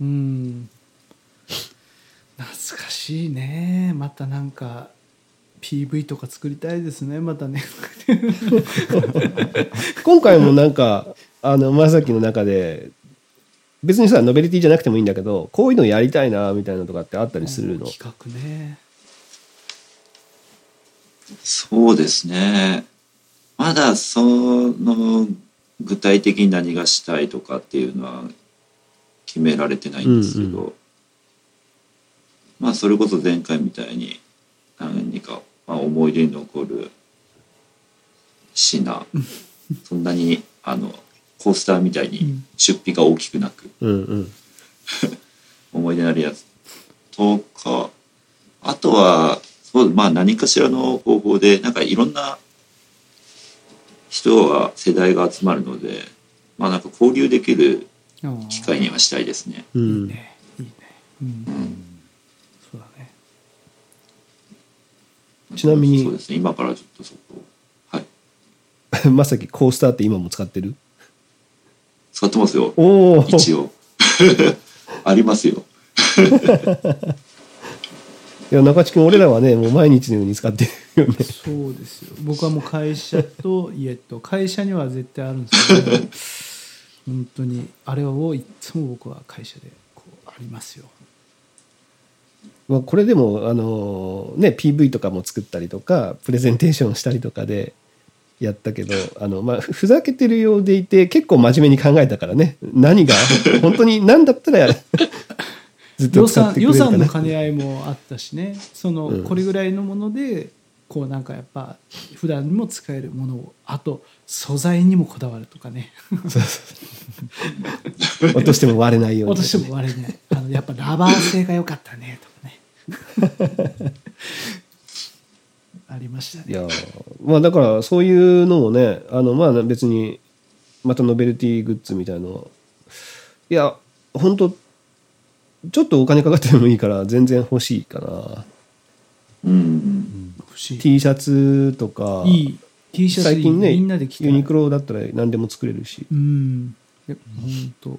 S3: うん懐かしいねまたなんか PV とか作りたいですねまたね
S2: 今回もなんか、あの、まさきの中で、別にさ、ノベルティじゃなくてもいいんだけど、こういうのやりたいな、みたいなのとかってあったりするの。
S3: 企画ね
S1: そうですね。まだその具体的に何がしたいとかっていうのは決められてないんですけど、
S2: うん
S1: まあそれこそ前回みたいに何か、まあ、思い出に残る
S2: <laughs>
S1: 品そんなにあのコースターみたいうに
S3: ん
S1: 出費が大きくなく
S2: うんうん。
S1: 思い出のあるやつとかあとはそう、まあ、何かしらの方法でなんかいろんな人が世代が集まるので、まあ、なんか交流できる
S3: うん
S1: 機会にはしたいですね。
S2: う
S3: いい
S2: ん、
S3: ねいいねうんそうだね
S2: ちなみに
S1: そうですね今からちょっとそこはい
S2: <laughs> まさき、コースターって今も使ってる
S1: 使ってますよ
S2: おお
S1: 一応 <laughs> ありますよ
S2: いや、中地君、俺らはね、もう毎日のように使ってるよね。
S3: そうですよ僕はもう会社と家と会社には絶対あるんですけど本当にあれをいつも僕は会社でこうありますよ
S2: まあ、これでも、あのーね、PV とかも作ったりとかプレゼンテーションしたりとかでやったけどあの、まあ、ふふざけてるようでいて結構真面目に考えたからね何が本当に何だ
S3: <laughs>
S2: ったらやるずっと
S3: 予
S2: 使って
S3: 算
S2: くれ
S3: 予
S2: るか
S3: 算
S2: な
S3: の兼ね合いもあったしねその、
S2: うん
S3: これぐらいのものでこうなんかやっぱ普段も使えるものをあと素材にもこだわるとかね
S2: そうそう落としても割れないように
S3: 落としても割れないあのやっぱラバー製が良かったねとかね
S2: <laughs>
S3: ありました
S2: い
S3: ね
S2: やーまあだからそういうのもねあのまあ別にまたノベルティグッズみたいのいや本当ちょっとお金かかってもいいから全然欲しいかな
S1: うん
S3: 不思議
S2: T シャツとか
S3: いい T シャツ
S2: 最近ね
S3: みんなで着て
S2: ユニクロだったら何でも作れるし
S3: うんいや本当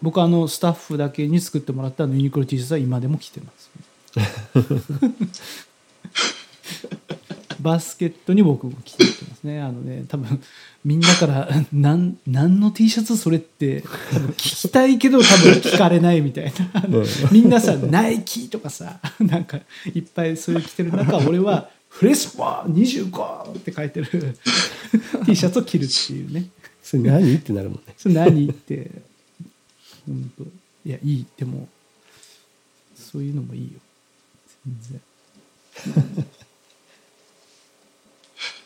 S3: 僕あのスタッフだけに作ってもらったあのユニクロ T シャツは今でも着てます、バスケットに僕も着てますねあのね多分みんなから「なんなんの T シャツそれ」って多分聞きたいけど多分聞かれないみたいなあの
S2: うん
S3: みんなさ「ナイキ」とかさなんかいっぱいそういう着てる中俺は「フレスパー25」って書いてる T シャツを着るっていうね
S2: それ何ってなるもんね。
S3: それ何って本当いやいいでもそういうのもいいよ全然。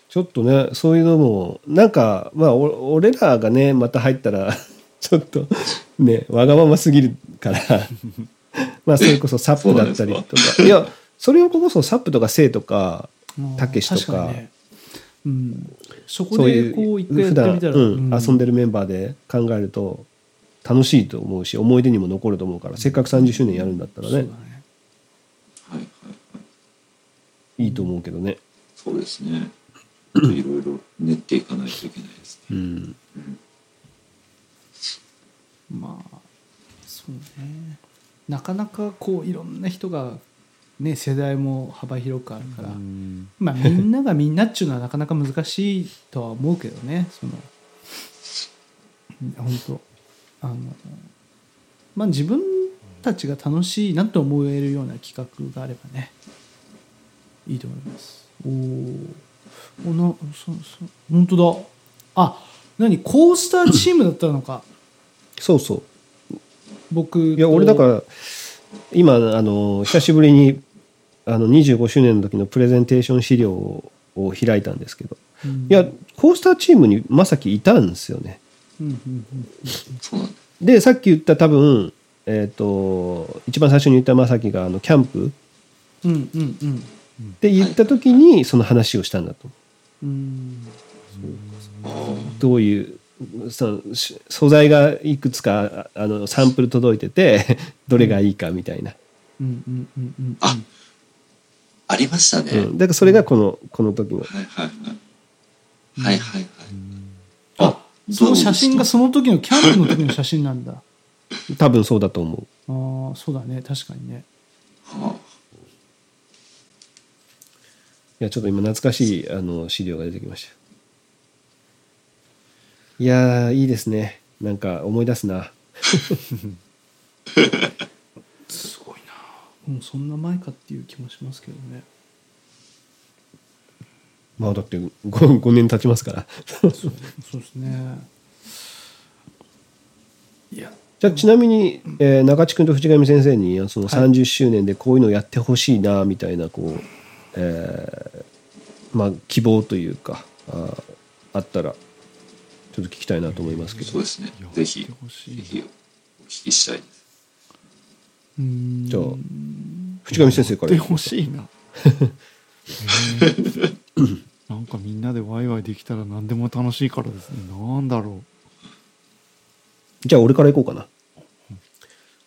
S2: ちょっとね、そういうのも、なんか、まあ、お俺らがね、また入ったら、 <laughs> ちょっと、ね、わがまますぎるから、 <laughs> まあ、それこそサップだったりとか、いや、それこそサップとかセイとか、たけしと
S3: 確
S2: か
S3: に、ねうん、そこ
S2: そうい
S3: でこう
S2: う、
S3: 一回やっ
S2: 普
S3: て
S2: 段、
S3: みたら、
S2: うん、遊んで
S3: で
S2: るメンバーで考えると、楽しいと思うし、思い出にも残ると思うから、せっかく30周年やるんだったらね、
S1: はいはい。
S2: いいと思うけどね。
S1: そうです
S2: <clears throat>
S1: ね。いろいろ練っていかないといけないですね。
S2: うん。
S3: まあそうねなかなかこういろんな人がね世代も幅広くあるから、
S4: うん
S3: まあみんながみんなっちゅうのはなかなか難しいとは思うけどねその本当あのまあ自分たちが楽しいなと思えるような企画があればねいいと思いますおーおなそうそう本当だあ何コースターチームだったのか
S2: そうそう。
S3: 僕
S2: いや俺だからら今あの久しぶりにあの25周年の時のプレゼンテーション資料をを開いたんですけどいやコースターチームにまさきいたんですよね
S3: うんうん
S1: そうなんだ。
S2: でさっき言った多分えっ、と一番最初に言ったまさきがあのキャンプ
S3: うんうんうんうん
S2: って言った時にその話をしたんだと
S3: うん
S2: どういうそのし素材がいくつかああのサンプル届いててどれがいいかみたいな、
S3: うんうんうんうん
S1: あ、ありましたね。
S2: うん、だからそれがこのこの時の
S1: はいはいはい。はいはいはい。
S3: あその写真が
S1: そ
S3: その時のキャンプの時の写真なんだ <laughs> あ
S2: 多分そうだと思う
S3: あそうだね確かにね
S1: うはあ
S2: いや、ちょっと今懐かしいあの資料が出てきました。いやー、いいですね。なんか思い出すな。
S3: すごいなもうそんな前かっていう気もしますけどね
S2: まあ、だって 5, 五年経ちますから。
S3: そうそうですねいや
S2: じ <laughs> ゃあ、ちなみに、えー中地君と藤上先生に、その30周年でこういうのをやってほしいな、みたいな、こう、えーまあ、希望というか、あーあったら、ちょっと聞きたいなと思いますけ
S1: そう
S2: ど。
S1: ですね。ぜひ、
S4: やってほ
S1: ぜ
S4: しい
S1: ひお聞きしたいです。
S3: うーん
S2: じゃあ、藤上先生か
S4: やって
S2: ら。
S4: ほしいな、 <laughs> なんかみんなでワイワイできたら何でも楽しいからですねなんだろ
S2: じゃあ俺から行こうかな。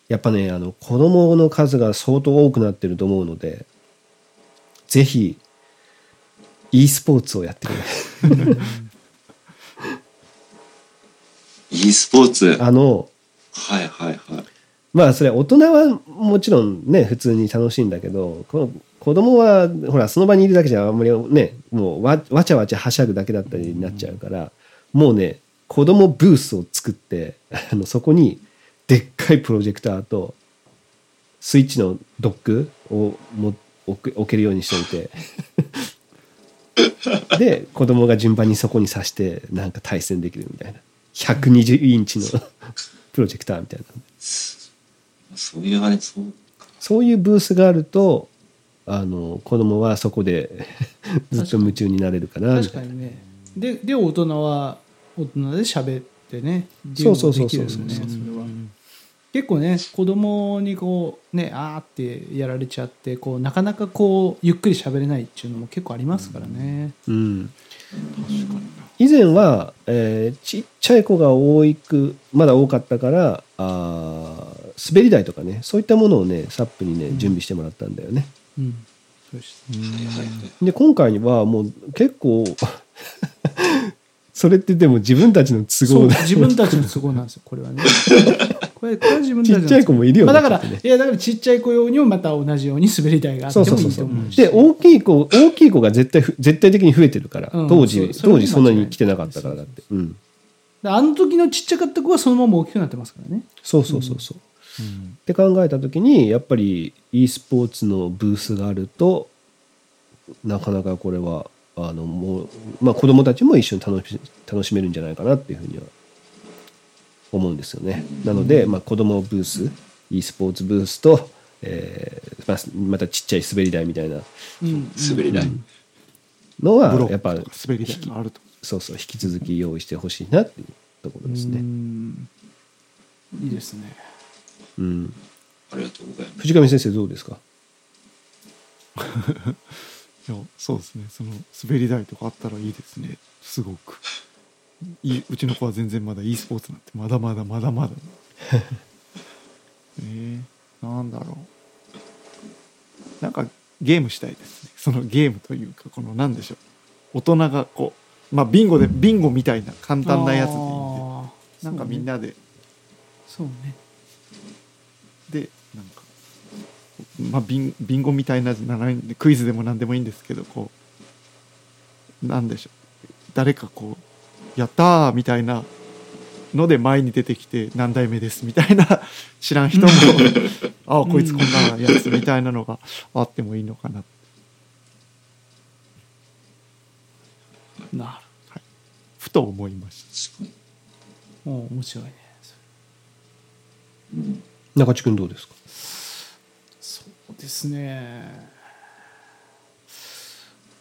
S2: やっぱね、あの、子供の数が相当多くなってると思うので、ぜひ、e スポーツをやってくれ。
S1: e スポーツ。はい
S2: あの、
S1: はいはい。
S2: まあそれ大人はもちろんね、普通に楽しいんだけど、この子供は、ほら、その場にいるだけじゃあんまりね、もうわわちゃわちゃはしゃぐだけだったりになっちゃうから、もうね、子供ブースを作って、あのそこにでっかいプロジェクターと、スイッチのドックをも置く置けるようにしておいてで子供が順番にそこに挿してなんか対戦できるみたいな120インチのプロジェクターみたいな
S1: そういうあれ、そうか。
S2: そういうブースがあるとあの子供はそこで <laughs> ずっと夢中になれるかなみ
S3: 確
S2: た
S3: か
S2: いな
S3: にねでで大人は大人で喋ってね
S2: そうそうそうそう
S3: ゲームもできるよねそれは
S4: う、
S3: 結構ね子供にこうねあーってやられちゃってこうなかなかこうゆっくり喋れないっていうのも結構ありますからね、
S2: うん以前は、えーちっちゃい子が多いくまだ多かったからあー滑り台とかねそういったものをねサップにね準備してもらったんだよね。
S3: うんそうですね
S1: はいはいはい。
S2: で今回はもう結構 <laughs> それってでも自分たちの都
S3: そう
S2: 合だ
S3: 自分たちの都合なんですよこれはねこれこれは自分
S2: ち
S3: た
S2: っちゃい子もいるよ
S3: ま
S2: ね。
S3: あ、だから、
S2: だってね
S3: いやだからちっちゃい子用にもまた同じように滑り台があって
S2: そう
S3: も
S2: そう
S3: い
S2: そうそ
S3: いと
S2: う
S3: 思うし
S2: で大きい子大きい子が絶対ふ絶対的に増えてるから、
S3: うん
S2: 当時
S3: そう
S2: 当時
S3: そ
S2: そ
S3: れ
S2: んな
S3: は間違いない
S2: に来てなかったからだって、うん、
S3: であの時のちっちゃかった子はそのまま大きくなってますからね
S2: そうそうそうそう、って考えた時にやっぱり e スポーツのブースがあるとなかなかこれはあのもう、まあ、子どもたちも一緒に楽し楽しめるんじゃないかなっていうふうには思うんですよね。なので、まあ、子どもブース e スポーツブースと、えーまあ、またちっちゃい滑り台みたいな
S3: うん
S1: 滑り台。
S2: の
S4: ブロ
S2: はや
S4: ッ
S2: っぱ
S4: クとか滑り台があると
S2: そうそう引き続き用意してほしいなっていうところです
S3: う
S2: ね。
S3: んいいですね
S2: うん、
S1: ありがとうございます。
S2: 藤上先生どうですか
S4: いやそうですねその滑り台とかあったらいいですねすごくいいうちの子は全然まだ e スポーツなんてまだまだま
S3: <laughs>
S4: だまだえー、なんだろうなんかゲームしたいですねそのゲームというかこのなんでしょう大人がこうまあビンゴでビンゴみたいな簡単なやつでいいん
S3: あー
S4: でなんかみんなで
S3: そうね
S4: でなんか、まあ、ビンビンゴみたいなならクイズでも何でもいいんですけどこうなんでしょう誰かこう「やったー!」みたいなので前に出てきて「何代目です」みたいな <laughs> 知らん
S3: <laughs>
S4: 人も「ああこいつこんなやつ」みたいなのがあってもいいのかな、
S3: そうねなる
S4: ふと思いまし
S1: 確か
S3: ほどおー面白いねそ
S1: に。うん
S2: 中地君どうですか
S3: そうですね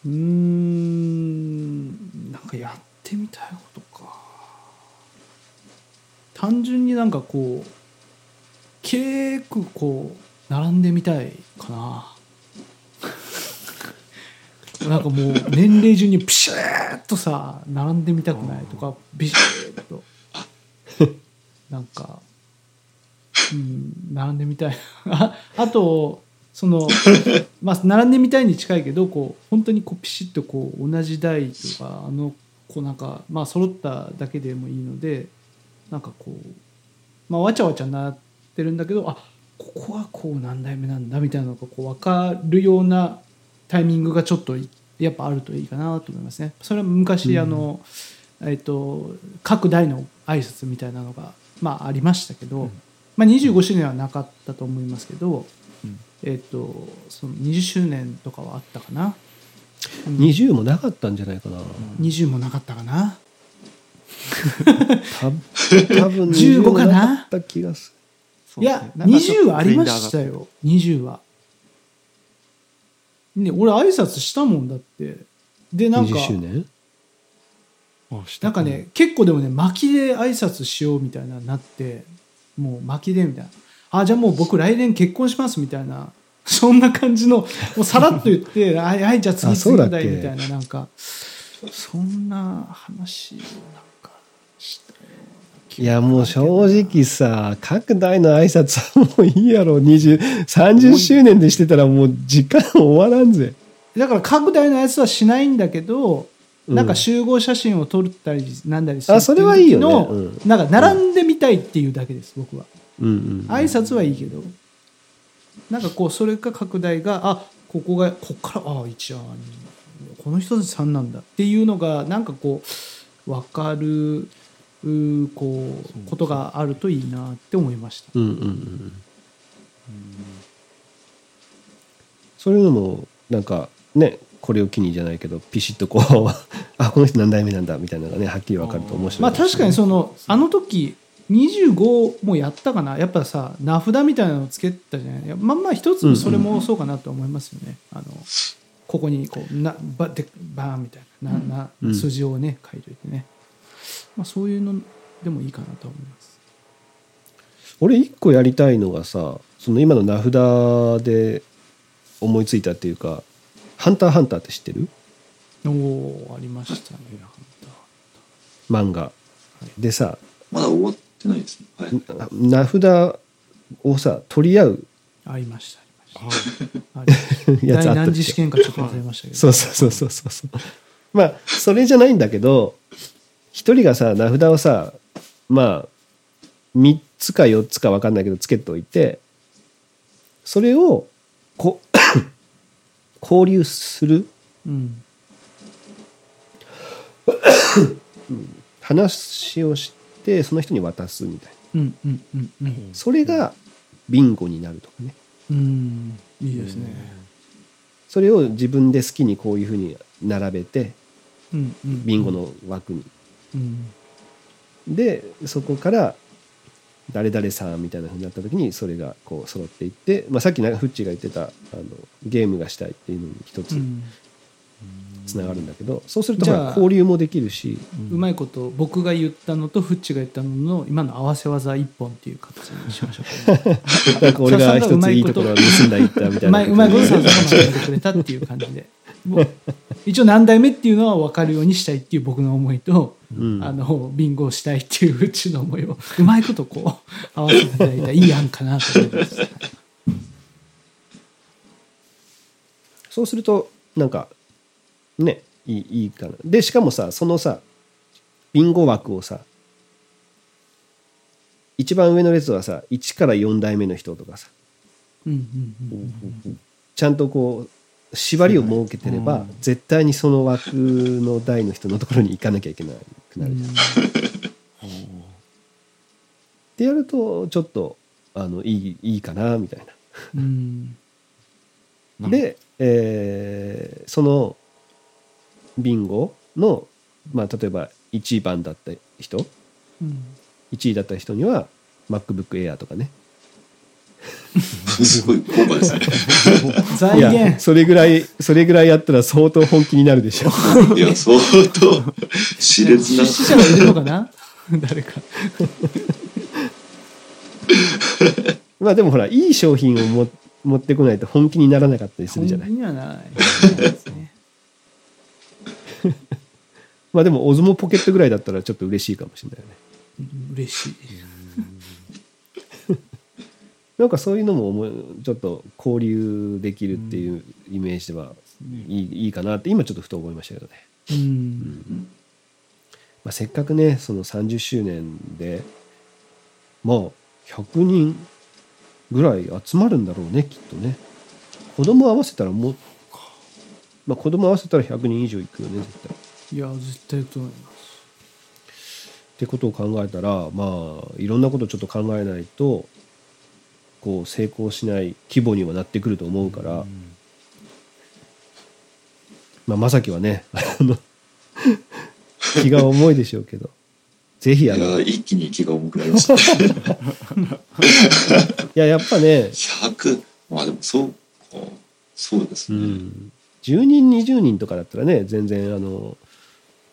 S3: うーんなんかやってみたいことか単純になんかこう軽くこう並んでみたいか <laughs> ななんかもう年齢順にピシッとさ並んでみたくないとかビシッとなんかうん、並んでみたい <laughs> ああとその <laughs> まあ並んでみたいに近いけどこう本当にこうピシッとこう同じ台とかあのこうなんかまあ揃っただけでもいいのでなんかこうまあわちゃわちゃなってるんだけどあここはこう何代目なんだみたいなのがこう分かるようなタイミングがちょっといやっぱあるといいかなと思いますね。それは昔、あのえっと各代の挨拶みたいなのが、まあ、ありましたけど、まあ、25周年はなかったと思いますけど、
S4: うん
S3: えっとその20周年とかはあったかな、うん
S2: 20もなかったんじゃないかな、
S3: 20もなかったかな
S2: た多分
S3: 15
S2: 15かなかった気がす
S4: た
S3: いや、
S4: そうですね
S3: 20はありましたよ、20は。ね、俺、挨拶したもんだって。で、
S2: る
S3: なんか
S2: 20、周年
S4: あした
S3: なんかね、結構でもね、巻きで挨拶しようみたいななって、もう巻きでみたいな。あ、じゃあもう僕来年結婚しますみたいな。 <laughs> そんな感じの、もうさらっと言って、 <laughs> はい、はい、じゃあ次
S2: あそうだ
S3: 次
S2: っけ
S3: 代みたいな、なんか、そんな話をなんかしたようない
S2: やもう正直さ各代の挨拶はもういいやろ2030周年でしてたらもう時間終わらんぜ
S3: だから拡大のやつはしないんだけど、
S2: うん
S3: なんか集合写真を撮ったりなんだりする
S2: あそれはいいよね
S3: の、
S2: う
S3: なんか並んでみたいっていうだけです僕は
S2: うんうん
S3: 挨拶はいいけどなんかこうそれか拡大があここがこっからあ1あ2この人たち3なんだっていうのがなんかこう分かるうーこうことがあるといいなって思いました
S2: うんうんうんうんそういうのもなんかねこれを機にじゃないけどピシッとこう <laughs> あこの人何代目なんだみたいなのがねはっきり分かると面白
S3: ま
S2: い
S3: あ確かにそのあの時25もやったかなやっぱさ名札みたいなのつけたじゃないまあまあ一つそれもそうかなと思いますよね、あのここにこうなばでバーンみたいなな、
S2: うん
S3: 数字をね書いといてね、まあ、そういうのでもいいかなと思います
S2: 俺一個やりたいのがさその今の名札で思いついたっていうか「ハンターハンター」って知ってる
S3: おおありましたね
S2: 漫画でさ
S1: まだ終わってないですね。はい。
S2: な名札をさ取り合う
S3: ありましたあ
S4: は
S3: りま
S4: い
S3: したありま
S2: やつあっ
S3: した第
S2: たっ
S3: 何次試
S2: け
S3: 験かちょっと忘れましたけど
S2: そうそうそうそうそうそうまあそれじゃないんだけど一人がさ名札をさまあ3つか4つか分かんないけどつけといてそれをこ <coughs> 交流する
S3: うん
S2: 話をしてその人に渡すみたいな
S3: うんうんうんうん
S2: それがビンゴになるとかね
S3: うんいいですね
S2: それを自分で好きにこういうふうに並べて
S3: うんうん
S2: ビンゴの枠に
S3: うん
S2: でそこから誰々さんみたいなふうになった時にそれがこう揃っていって、まあ、さっきなんかフッチーが言ってたあのゲームがしたいっていうのに一
S3: う
S2: つ
S3: ん
S2: つながるんだけど、そうすると
S3: じゃあ
S2: ほら交流もできるし
S3: うまいこと僕が言ったのとフッチが言ったのの今の合わせ技一本っていう形にしましょうかね
S2: なんか俺が一ついいところを盗んだいったみた
S3: う
S2: いな
S3: まいうまいことさ
S2: 感
S3: ん
S2: じで
S3: さんがくれたっていう感じでもう一応何代目っていうのは分かるようにしたいっていう僕の思いと、
S2: うん
S3: あのビンゴをしたいっていうフッチの思いをうまいことこう合わせていただいたいい案かなと思います。
S2: そうするとなんかねいいいいかなでしかもさそのさビンゴ枠をさ一番上の列はさ1から4代目の人とかさ
S3: うんうんうん
S2: ちゃんとこう縛りを設けてれば、絶対にその枠の台の人のところに行かなきゃいけなくなるじゃん。ってやるとちょっとあのいいいいかなみたいな。
S3: うん
S2: で、えーそのビンゴの、まあ、例えば1番だった人
S3: うん
S2: 1位だった人には MacBookAir とかね
S1: すごい高価ですね。
S3: 財
S2: い
S3: 源
S2: やそれぐらいそれぐらいやったら相当本気になるでしょ
S1: いや、相当、熾烈な
S3: 出。資者がいるのかな誰か。
S2: まあでもほらいい商品をも持ってこないと本気にならなかったりするじゃない
S3: 本気にはならないですね。
S2: まあでもオズモポケットぐらいだったらちょっと嬉しいかもしれないよね
S3: うん嬉しい。
S2: なんかそういうのも思いちょっと交流できるっていうイメージではいい,、いいかなって今ちょっとふと思いましたけどね、
S3: うん。
S2: まあ、せっかくねその30周年でもう100人ぐらい集まるんだろうねきっとね子供合わせたらもうまあ子供合わせたら100人以上いくよね絶対
S3: いや、絶対いくと思います。
S2: ってことを考えたらまあいろんなことちょっと考えないとこう成功しない規模にはなってくると思うから、まあ正樹はねあの気が重いでしょうけどぜ
S1: い
S2: ひあの
S1: や、
S2: い
S1: 一気に気が重くなりました。
S2: ややっぱね、
S1: 100、まあでもそうか、そうです
S2: う
S1: ね。
S2: ん、10人20人とかだったらね全然あの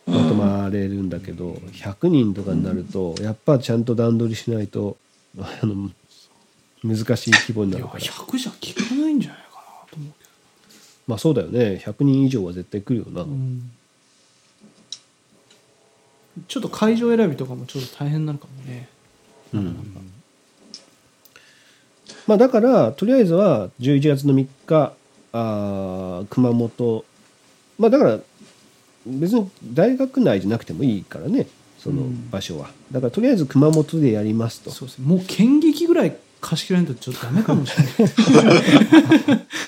S1: う
S2: まと
S1: ん
S2: まれるんだけど、100人とかになるとやっぱちゃんと段取りしないとあの難しい規模にないる
S3: や、
S2: から。
S3: 100じゃ効かないんじゃないかなと思うけ
S2: まあそうだよね100人以上は絶対来るよな、
S3: ど。うんちょっと会場選びとかもちょっと大変なのかもね。
S2: まあ、だからとりあえずは11月の3日あー熊本まあだから別に大学内じゃなくてもいいからねその場所は、だからとりあえず熊本でやりますと
S3: そうですね。もう剣劇ぐらい貸し切らないとちょっとダメかもしれない。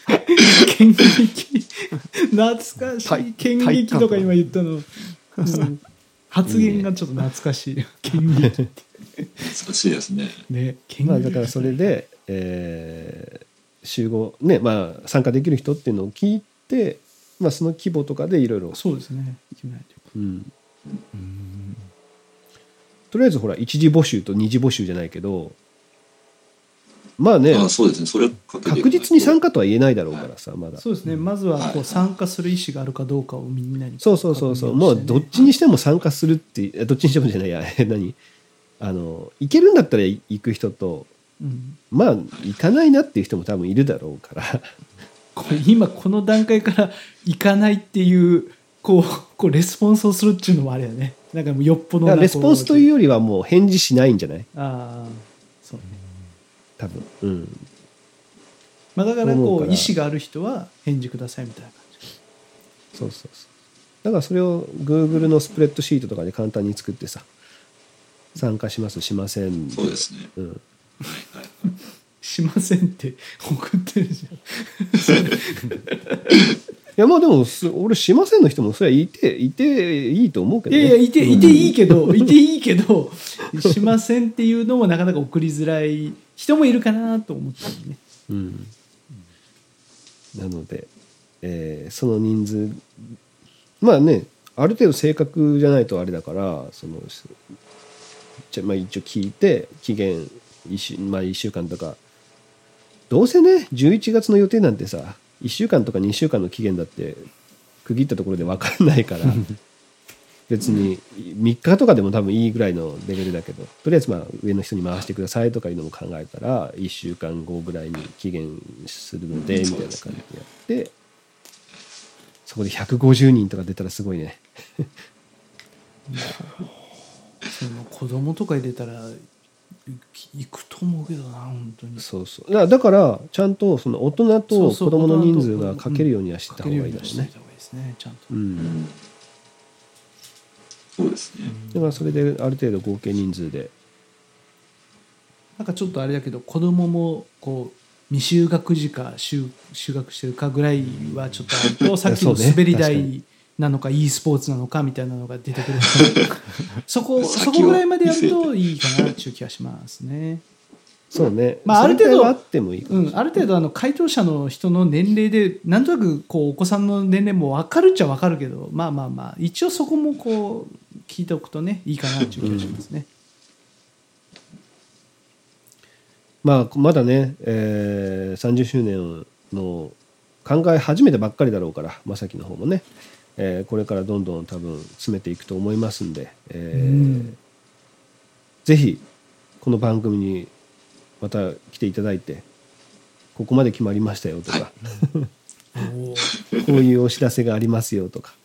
S2: <laughs>
S3: 剣劇懐かしい。剣劇とか今言ったの。うん発言がちょっと懐かしい。剣劇って。
S1: 難しいですね。
S3: ね、剣
S2: <laughs> まあ
S3: 劇。
S2: だからそれで、えー集合ねまあ参加できる人っていうのを聞いて、まあ、その規模とかでいろいろ
S3: そうですね。決めないと
S2: うんとりあえずほら一次募集と二次募集じゃないけどまあね
S1: あそうですね。それ
S2: 確実に参
S1: 加。
S2: 加とは言えないだろうからさまだ
S3: そうですね、まずはこ
S1: は
S3: う
S1: い
S3: 参加する意思があるかどうかをみんなに
S2: そうそうそうそうもうどっちにしても参加するっていやどっちにしてもじゃないや <laughs> 何あの行けるんだったら行く人と
S3: うん
S2: まあ行かないなっていう人も多分いるだろうから
S3: これ今この段階から行かないっていうこうこうレスポンスをするっていうのもあれやねなんかもうよっぽ
S2: だ
S3: ど
S2: か
S3: な
S2: らレスポンスという
S3: う
S2: よりはもう返事しないんじゃない
S3: ああそうね、
S2: 多分うん
S3: まあ、だから
S2: 思
S3: こ
S2: う
S3: う
S2: か
S3: 意
S2: ら
S3: 思がある人は返事くださいみたいな感じ
S2: そうそうそうだからそれを Google のスプレッドシートとかで簡単に作ってさ参加しますしません
S1: そうですね。
S2: うん、
S1: はいはい。
S3: しませんって <laughs> 送ってるじゃん。
S2: いやまあでもす俺しませんの人もそれはいていていいと思うけど、
S3: い
S2: ね、
S3: やいや、いて、いていいけど、いていいけど、しませんっていうのもなかなか送りづらい人もいるかなと思ったりね。
S2: うん、なので、えーその人数まあねある程度正確じゃないとあれだからそのじゃあまあ一応聞いて期限1週,、まあ、一週間とかどうせね11月の予定なんてさ1週間とか2週間の期限だって区切ったところで分かんないから別に3日とかでも多分いいぐらいのレベルだけどとりあえずまあ上の人に回してくださいとかいうのも考えたら1週間後ぐらいに期限するの
S1: う
S2: で
S1: ん
S2: みたいな感じでやってそこで150人とか出たらすごいね。
S3: その子供とか入れたら、行くと思うけどな、本当に。
S2: そうそうだだからちゃんとその大人と
S3: そうそう
S2: 子供の人数
S3: 大人
S2: が
S3: と
S2: かけるようにはしてた
S3: かけ
S2: 方
S3: る
S2: が
S3: よう
S2: いい
S3: に
S2: だろう
S3: はしとい
S2: ね
S3: た。方がいいですね、ちゃんと。
S2: うん、
S1: そうですね。
S2: だからそれである程度合計人数で
S3: なんかちょっとあれだけど、子供も、こう、未就学児か就、就学してるかぐらいはちょっとあると、さっきの
S2: そうね
S3: 滑り
S2: <laughs> 確か
S3: 台なのか、e スポーツなのかみたいなのが出てく
S2: <laughs>
S3: るからそこ、
S1: 先を
S3: そこぐらいまでやるといいかなっていう気がしますね。
S2: そうね、
S3: まあある程
S2: それぐ
S3: 度
S2: らいはあってもいいかもし
S3: うん、ある程度あの回答者の人の年齢でなんとなくこうお子さんの年齢も分かるっちゃ分かるけどまあまあまあ一応そこもこう聞いておくとねいいかなっていう気がしますね。
S2: まあ、まだね、えー30周年の考え始めたばっかりだろうから正樹の方もね、えーこれからどんどん多分詰めていくと思いますんで、えー
S3: うん
S2: ぜひこの番組にまた来ていただいてここまで決まりましたよとか、
S1: は
S3: おー
S2: <laughs> こういうお知らせがありますよとか、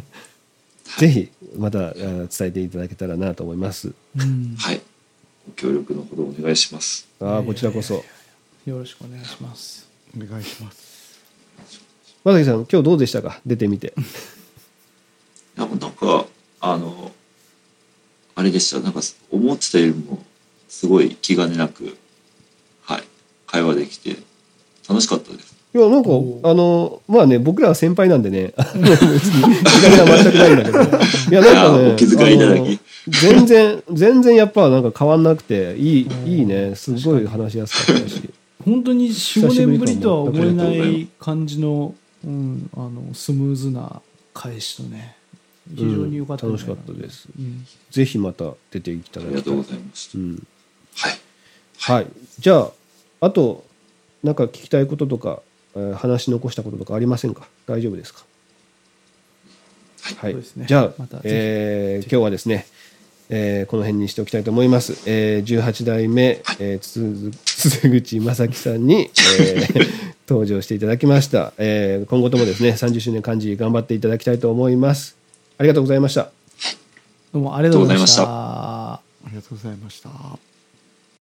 S2: <laughs> ぜひまたあー伝えていただけたらなと思います。
S3: うん
S1: はい。ご協力のほどお願いします。
S2: あーこちらこそ
S3: よろしくお願いします。
S4: お願いします。
S2: 正樹さん今日どうでしたか出てみて。
S1: いやもうなんかあのあれでしたなんか思ってたよりもすごい気兼ねなくはい会話できて楽しかったです
S2: いや、なんか、
S3: おう
S2: あの、まあね、僕らは先輩なんでね、あ <laughs> の別に、気軽な全くないん
S1: <laughs>
S2: だけど、いや、なんか
S1: いや
S2: ね、
S1: お気遣いいただき
S2: あの全然、全然やっぱなんか変わんなくて、いい、いいね、すごい話しやすかったし、
S3: 本当に4、5年ぶりとは思
S1: 久しぶ
S3: えな
S1: りかもありがとうござい
S3: い感じの、うん、あのスムーズな返しとね非常に良かったんじゃないな、
S2: うん楽しかったです
S3: うん
S2: ぜひまた出ていた
S1: あ
S2: だ
S1: り
S2: き
S1: がと
S2: た
S1: う
S2: い
S1: ご。ざいまし
S2: う
S1: た
S2: ん。
S1: はい
S2: はい。じゃあ、あと、なんか聞きたいこととか、えー話し残したこととかありませんか大丈夫ですかはい、
S3: そうですね
S2: じゃあ、
S3: またぜひ
S2: えー今日はですね、えーこの辺にしておきたいと思います。えー、18代目、えー、つ <laughs> つ鈴口正樹さんに、え
S3: <laughs>
S2: ー登場していただきました、えー今後ともですね、30周年漢字頑張っていただきたいと思います。ありがとうございました。
S3: どうもありがとうございました。
S4: ありがとうございました。